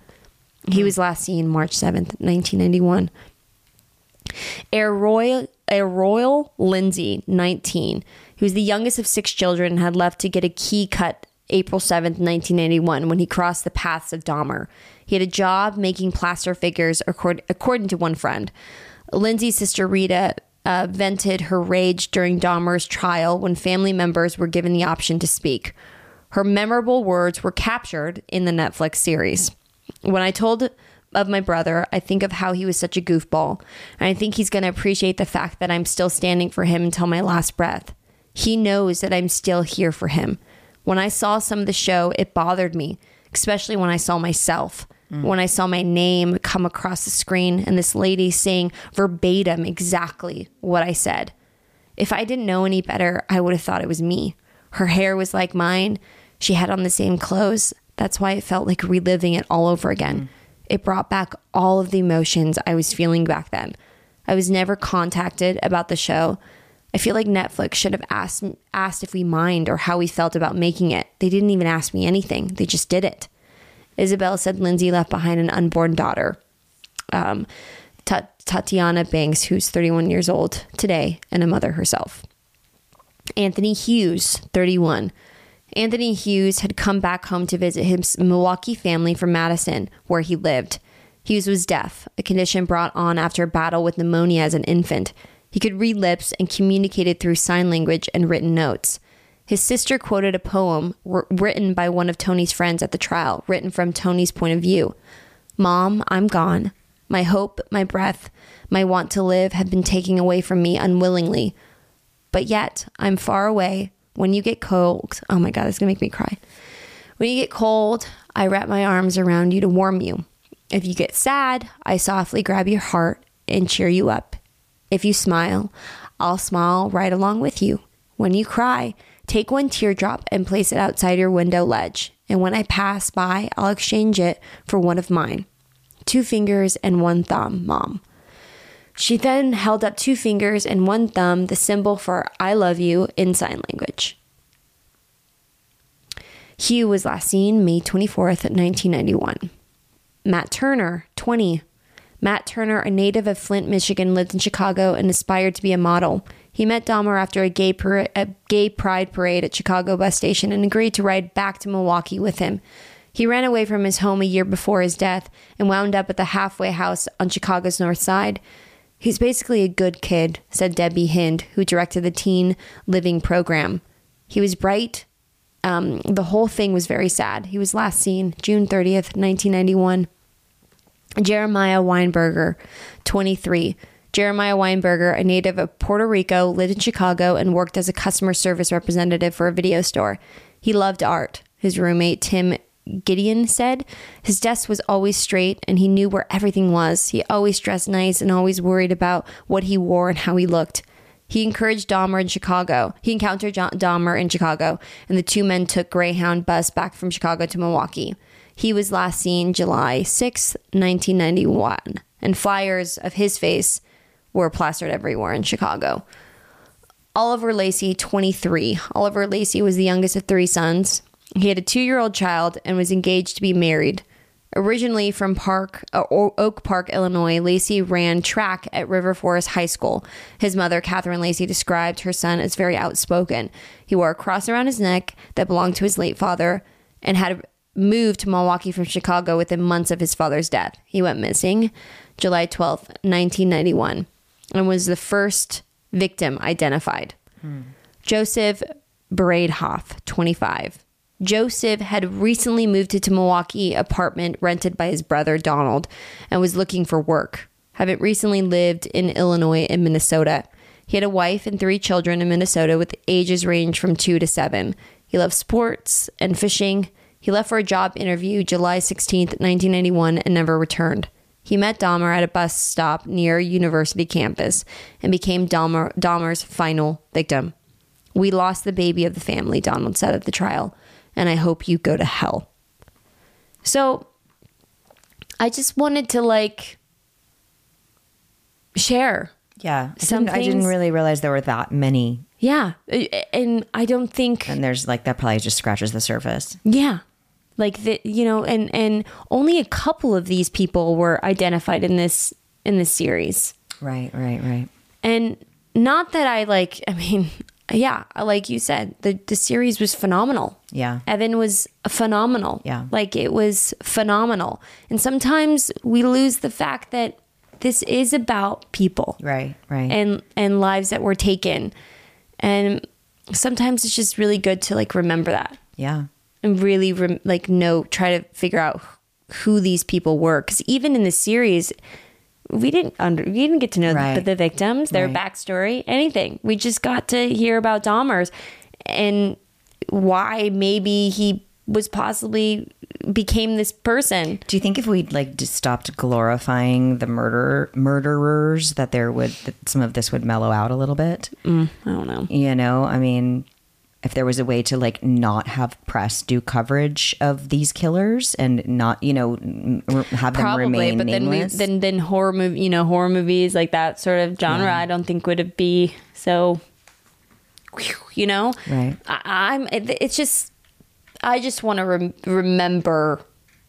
He was last seen March 7th, 1991. Air Royal, Air Royal Lindsay, 19. He was the youngest of six children and had left to get a key cut April 7th, 1991, when he crossed the paths of Dahmer. He had a job making plaster figures, accord, according to one friend. Lindsay's sister Rita uh, vented her rage during Dahmer's trial when family members were given the option to speak. Her memorable words were captured in the Netflix series. When I told of my brother, I think of how he was such a goofball, and I think he's going to appreciate the fact that I'm still standing for him until my last breath. He knows that I'm still here for him. When I saw some of the show, it bothered me, especially when I saw myself. When I saw my name come across the screen and this lady saying verbatim exactly what I said. If I didn't know any better, I would have thought it was me. Her hair was like mine. She had on the same clothes. That's why it felt like reliving it all over again. It brought back all of the emotions I was feeling back then. I was never contacted about the show. I feel like Netflix should have asked asked if we mind or how we felt about making it. They didn't even ask me anything. They just did it. Isabel said Lindsay left behind an unborn daughter um, Ta- Tatiana Banks, who's 31 years old today and a mother herself. Anthony Hughes, 31. Anthony Hughes had come back home to visit his Milwaukee family from Madison, where he lived. Hughes was deaf, a condition brought on after a battle with pneumonia as an infant. He could read lips and communicated through sign language and written notes. His sister quoted a poem wr- written by one of Tony's friends at the trial, written from Tony's point of view. Mom, I'm gone. My hope, my breath, my want to live have been taken away from me unwillingly. But yet, I'm far away. When you get cold, oh my God, this is going to make me cry. When you get cold, I wrap my arms around you to warm you. If you get sad, I softly grab your heart and cheer you up. If you smile, I'll smile right along with you. When you cry, take one teardrop and place it outside your window ledge. And when I pass by, I'll exchange it for one of mine. Two fingers and one thumb, Mom. She then held up two fingers and one thumb, the symbol for I love you in sign language. Hugh was last seen May 24th, 1991. Matt Turner, 20. Matt Turner, a native of Flint, Michigan, lived in Chicago and aspired to be a model. He met Dahmer after a gay, par- a gay pride parade at Chicago bus station and agreed to ride back to Milwaukee with him. He ran away from his home a year before his death and wound up at the halfway house on Chicago's north side. He's basically a good kid, said Debbie Hind, who directed the teen living program. He was bright. Um, the whole thing was very sad. He was last seen June 30th, 1991. Jeremiah Weinberger, 23. Jeremiah Weinberger, a native of Puerto Rico, lived in Chicago and worked as a customer service representative for a video store. He loved art. His roommate, Tim Gideon, said his desk was always straight and he knew where everything was. He always dressed nice and always worried about what he wore and how he looked. He encouraged Dahmer in Chicago. He encountered John Dahmer in Chicago, and the two men took Greyhound bus back from Chicago to Milwaukee. He was last seen July 6, 1991, and flyers of his face were plastered everywhere in Chicago. Oliver Lacey, 23. Oliver Lacey was the youngest of three sons. He had a two year old child and was engaged to be married. Originally from Park uh, O- Oak Park, Illinois, Lacey ran track at River Forest High School. His mother, Catherine Lacey, described her son as very outspoken. He wore a cross around his neck that belonged to his late father and had moved to Milwaukee from Chicago within months of his father's death. He went missing July 12th, 1991, and was the first victim identified. Joseph Braidhoff, 25. Joseph had recently moved to, to Milwaukee apartment rented by his brother Donald and was looking for work. Having recently lived in Illinois and Minnesota, He had a wife and three children in Minnesota with ages range from two to seven. He loved sports and fishing. He left for a job interview July 16th, 1991, and never returned. He met Dahmer at a bus stop near a university campus and became Dahmer, Dahmer's final victim. We lost the baby of the family, Donald said at the trial, and I hope you go to hell. So I just wanted to like share. Yeah. I Some didn't, I didn't things- really realize there were that many. Yeah. And I don't think And there's like, that probably just scratches the surface. Yeah. Like the you know, and and only a couple of these people were identified in this in this series. Right, right, right. And not that I like I mean, yeah, like you said, the the series was phenomenal. Yeah. Evan was phenomenal. Yeah. Like it was phenomenal. And sometimes we lose the fact that this is about people Right, right. and and lives that were taken. And sometimes it's just really good to like remember that yeah. and really rem- like know try to figure out wh- who these people were because even in the series we didn't under we didn't get to know Right. the, the victims their Right. backstory anything we just got to hear about Dahmer's and why maybe he was possibly became this person Do you think if we'd like just stopped glorifying the murder murderers, that there would that some of this would mellow out a little bit? I don't know You know, I mean, if there was a way to like not have press do coverage of these killers and not, you know, m- r- have them probably remain but then we, nameless, then then horror movie you know horror movies like that sort of genre I don't think would be so you know Right. I, I'm it- it's just I just want to rem- remember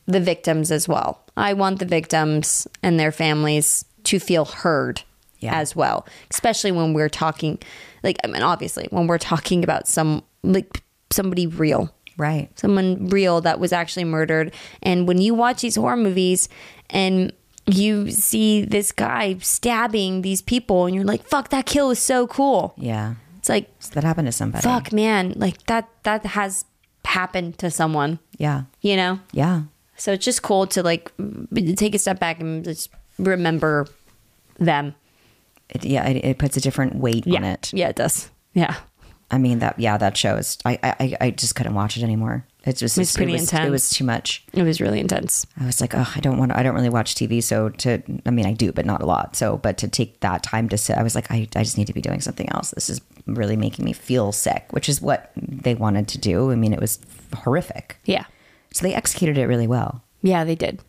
the victims as well I want the victims and their families to feel heard Yeah. as well especially when we're talking like I mean obviously when we're talking about some like somebody real right? someone real that was actually murdered. And when you watch these horror movies and you see this guy stabbing these people, and you're like, "Fuck, that kill was so cool." Yeah, It's like, so that happened to somebody. "Fuck, man, like that that has happened to someone," Yeah, you know. yeah, So it's just cool to like b- take a step back and just remember them. it, yeah. It, it puts a different weight on Yeah, it. yeah, it does. Yeah, I mean, that yeah, that show is. I I, I- I just couldn't watch it anymore. It was It's pretty it was, intense. It was too much. it was really intense. I was like, oh, I don't want. To, I don't really watch TV. So to, I mean, I do, but not a lot. So, but to take that time to sit, I was like, I, I just need to be doing something else. This is really making me feel sick, which is what they wanted to do. I mean, it was horrific. Yeah, So they executed it really well. yeah, they did.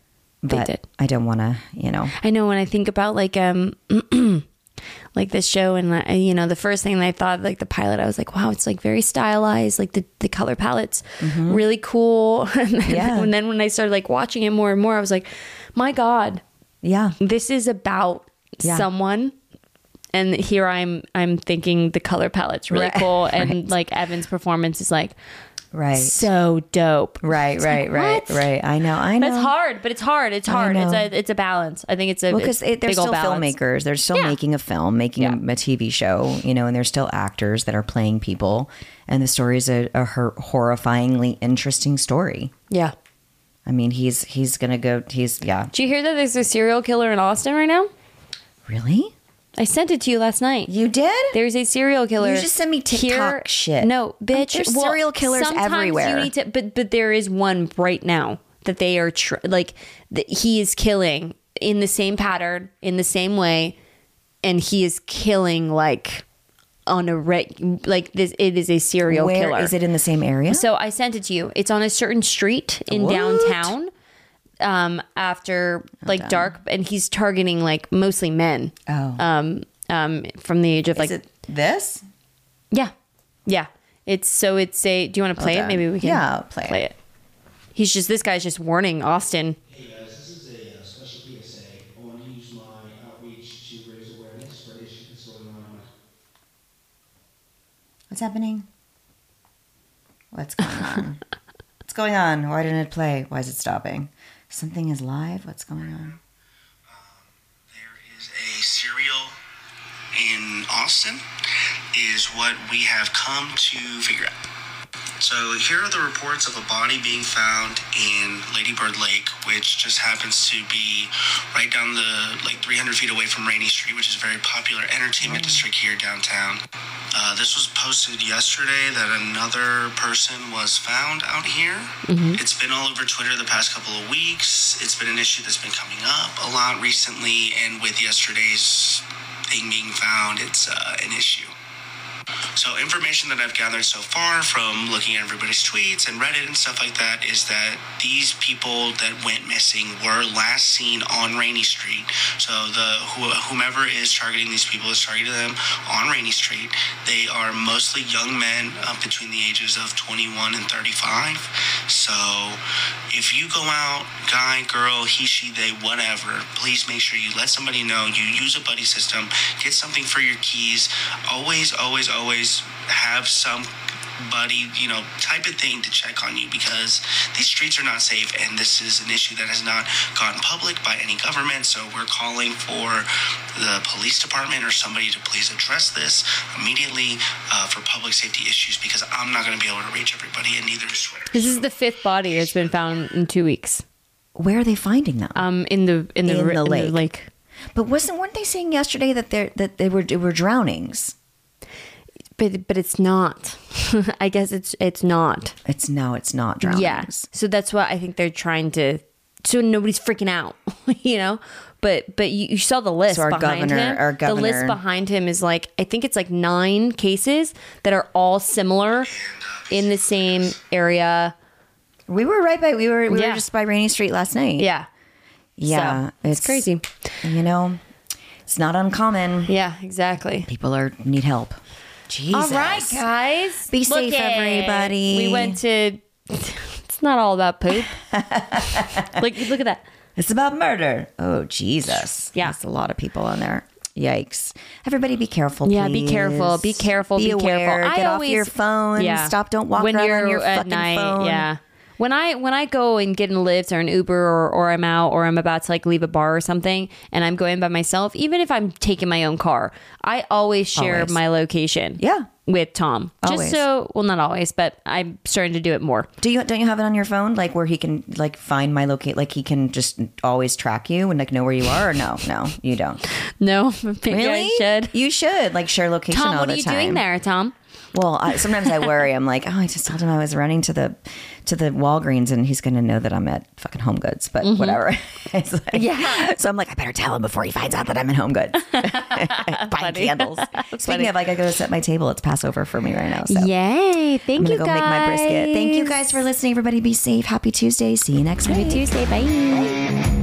But they did. I don't want to, you know. I know when I think about like um like this show and uh, you know the first thing that I thought like the pilot I was like wow it's like very stylized like the, the color palettes really cool and then, Mm-hmm. Yeah. and then when I started like watching it more and more I was like my god Yeah, this is about Yeah. someone and here I'm I'm thinking the color palette's really Right. cool and like Evan's performance is like right, so dope right, right, right, what? right. I know, I know. that's hard but it's hard it's hard it's know. a it's a balance I think it's a Well, because it's they're big ol' still balance. filmmakers. They're still Yeah. making a film, making a, a TV show, you know, and they're still actors that are playing people. And the story is a, a hor- horrifyingly interesting story. yeah I mean, he's he's gonna go. He's yeah. Do you hear that there's a serial killer in Austin right now? Really? I sent it to you last night. You did? There's a serial killer. just send me TikTok here. shit. Um, No, bitch. There's serial killers sometimes everywhere. You need to, but but there is one right now that they are tr- like that he is killing in the same pattern, in the same way, and he is killing like on a re- like this. It is a serial Where is killer. it in the same area? So I sent it to you. It's on a certain street in What? downtown. Um, after like dark, and he's targeting like mostly men. Oh. Um, um, from the age of like, is it this? yeah, yeah. It's so it's a. Do you want to play it? on. Maybe we can. Oh, Yeah, I'll play it. play it. He's just this guy's just warning Austin. Hey guys, this is a uh, special PSA. I want to use my outreach to raise awareness for an issue that's going on in my What's happening? What's going on? What's going on? Why didn't it play? Why is it stopping? Something is live. What's going on? There is a serial in Austin, is what we have come to figure out. So here are the reports of a body being found in Ladybird Lake, which just happens to be right down the like 300 feet away from Rainy Street, which is a very popular entertainment district here downtown. Uh, this was posted yesterday that another person was found out here. It's been all over Twitter the past couple of weeks. It's been an issue that's been coming up a lot recently, and with yesterday's thing being found, it's uh, an issue. So information that I've gathered so far from looking at everybody's tweets and Reddit and stuff like that is that these people that went missing were last seen on Rainy Street. So the who- whomever is targeting these people is targeting them on Rainy Street. They are mostly young men uh, between the ages of 21 and 35. So if you go out, guy, girl, he, she, they, whatever, please make sure you let somebody know. You use a buddy system. Get something for your keys. Always, always, always have somebody, you know, type of thing to check on you because these streets are not safe and this is an issue that has not gone public by any government. So we're calling for the police department or somebody to please address this immediately uh, for public safety issues because I'm not going to be able to reach everybody and neither is Twitter. This is the fifth body that's been found in two weeks. Where are they finding them? Um, in the in the, In ri- the in lake. but wasn't weren't they saying yesterday that they that they were they were drownings? but but it's not. I guess it's it's not. It's no, it's not drownings. Yes. So that's why I think they're trying to. So nobody's freaking out, you know. But but you, you saw the list. So our behind governor- him. our the list governor- behind him is like I think it's like nine cases that are all similar in the same area. We were right by we were we Yeah. were just by Rainy Street last night. Yeah, yeah, So, it's crazy. You know, it's not uncommon. Yeah, exactly. People are need help. Jesus. All right, guys. Be Look safe, it. everybody. We went to. It's not all about poop. look, look at that. It's about murder. Oh Jesus. Yeah. That's a lot of people on there. Yikes. Everybody be careful. Yeah, be please. careful. Be careful. Be, Be aware. careful. Get off your phone. Stop. Don't walk around on your fucking phone. Yeah. When I when I go and get in a Lyft or an Uber or, or I'm out or I'm about to like leave a bar or something and I'm going by myself, even if I'm taking my own car, I always share Always. my location. Yeah. With Tom. Just Always. so well not always, but I'm starting to do it more. Do you don't you have it on your phone? Like where he can like find my locate like he can just always track you and like know where you are or no, no, you don't. No, maybe I should. You should like share location Tom, all what the are you time. doing there, Tom? Well, I, sometimes I worry. I'm like, oh, I just told him I was running to the to the Walgreens, and he's going to know that I'm at fucking Home Goods. But whatever. It's like- Mm-hmm. Yeah. So I'm like, I better tell him before he finds out that I'm in Home Goods. Buying candles. Speaking of, I got to go set my table. It's Passover for me right now. So. Yay. Thank I'm gonna you go guys. make my brisket. Thank you guys for listening. Everybody, be safe. Happy Tuesday. See you next week. Tuesday. Bye.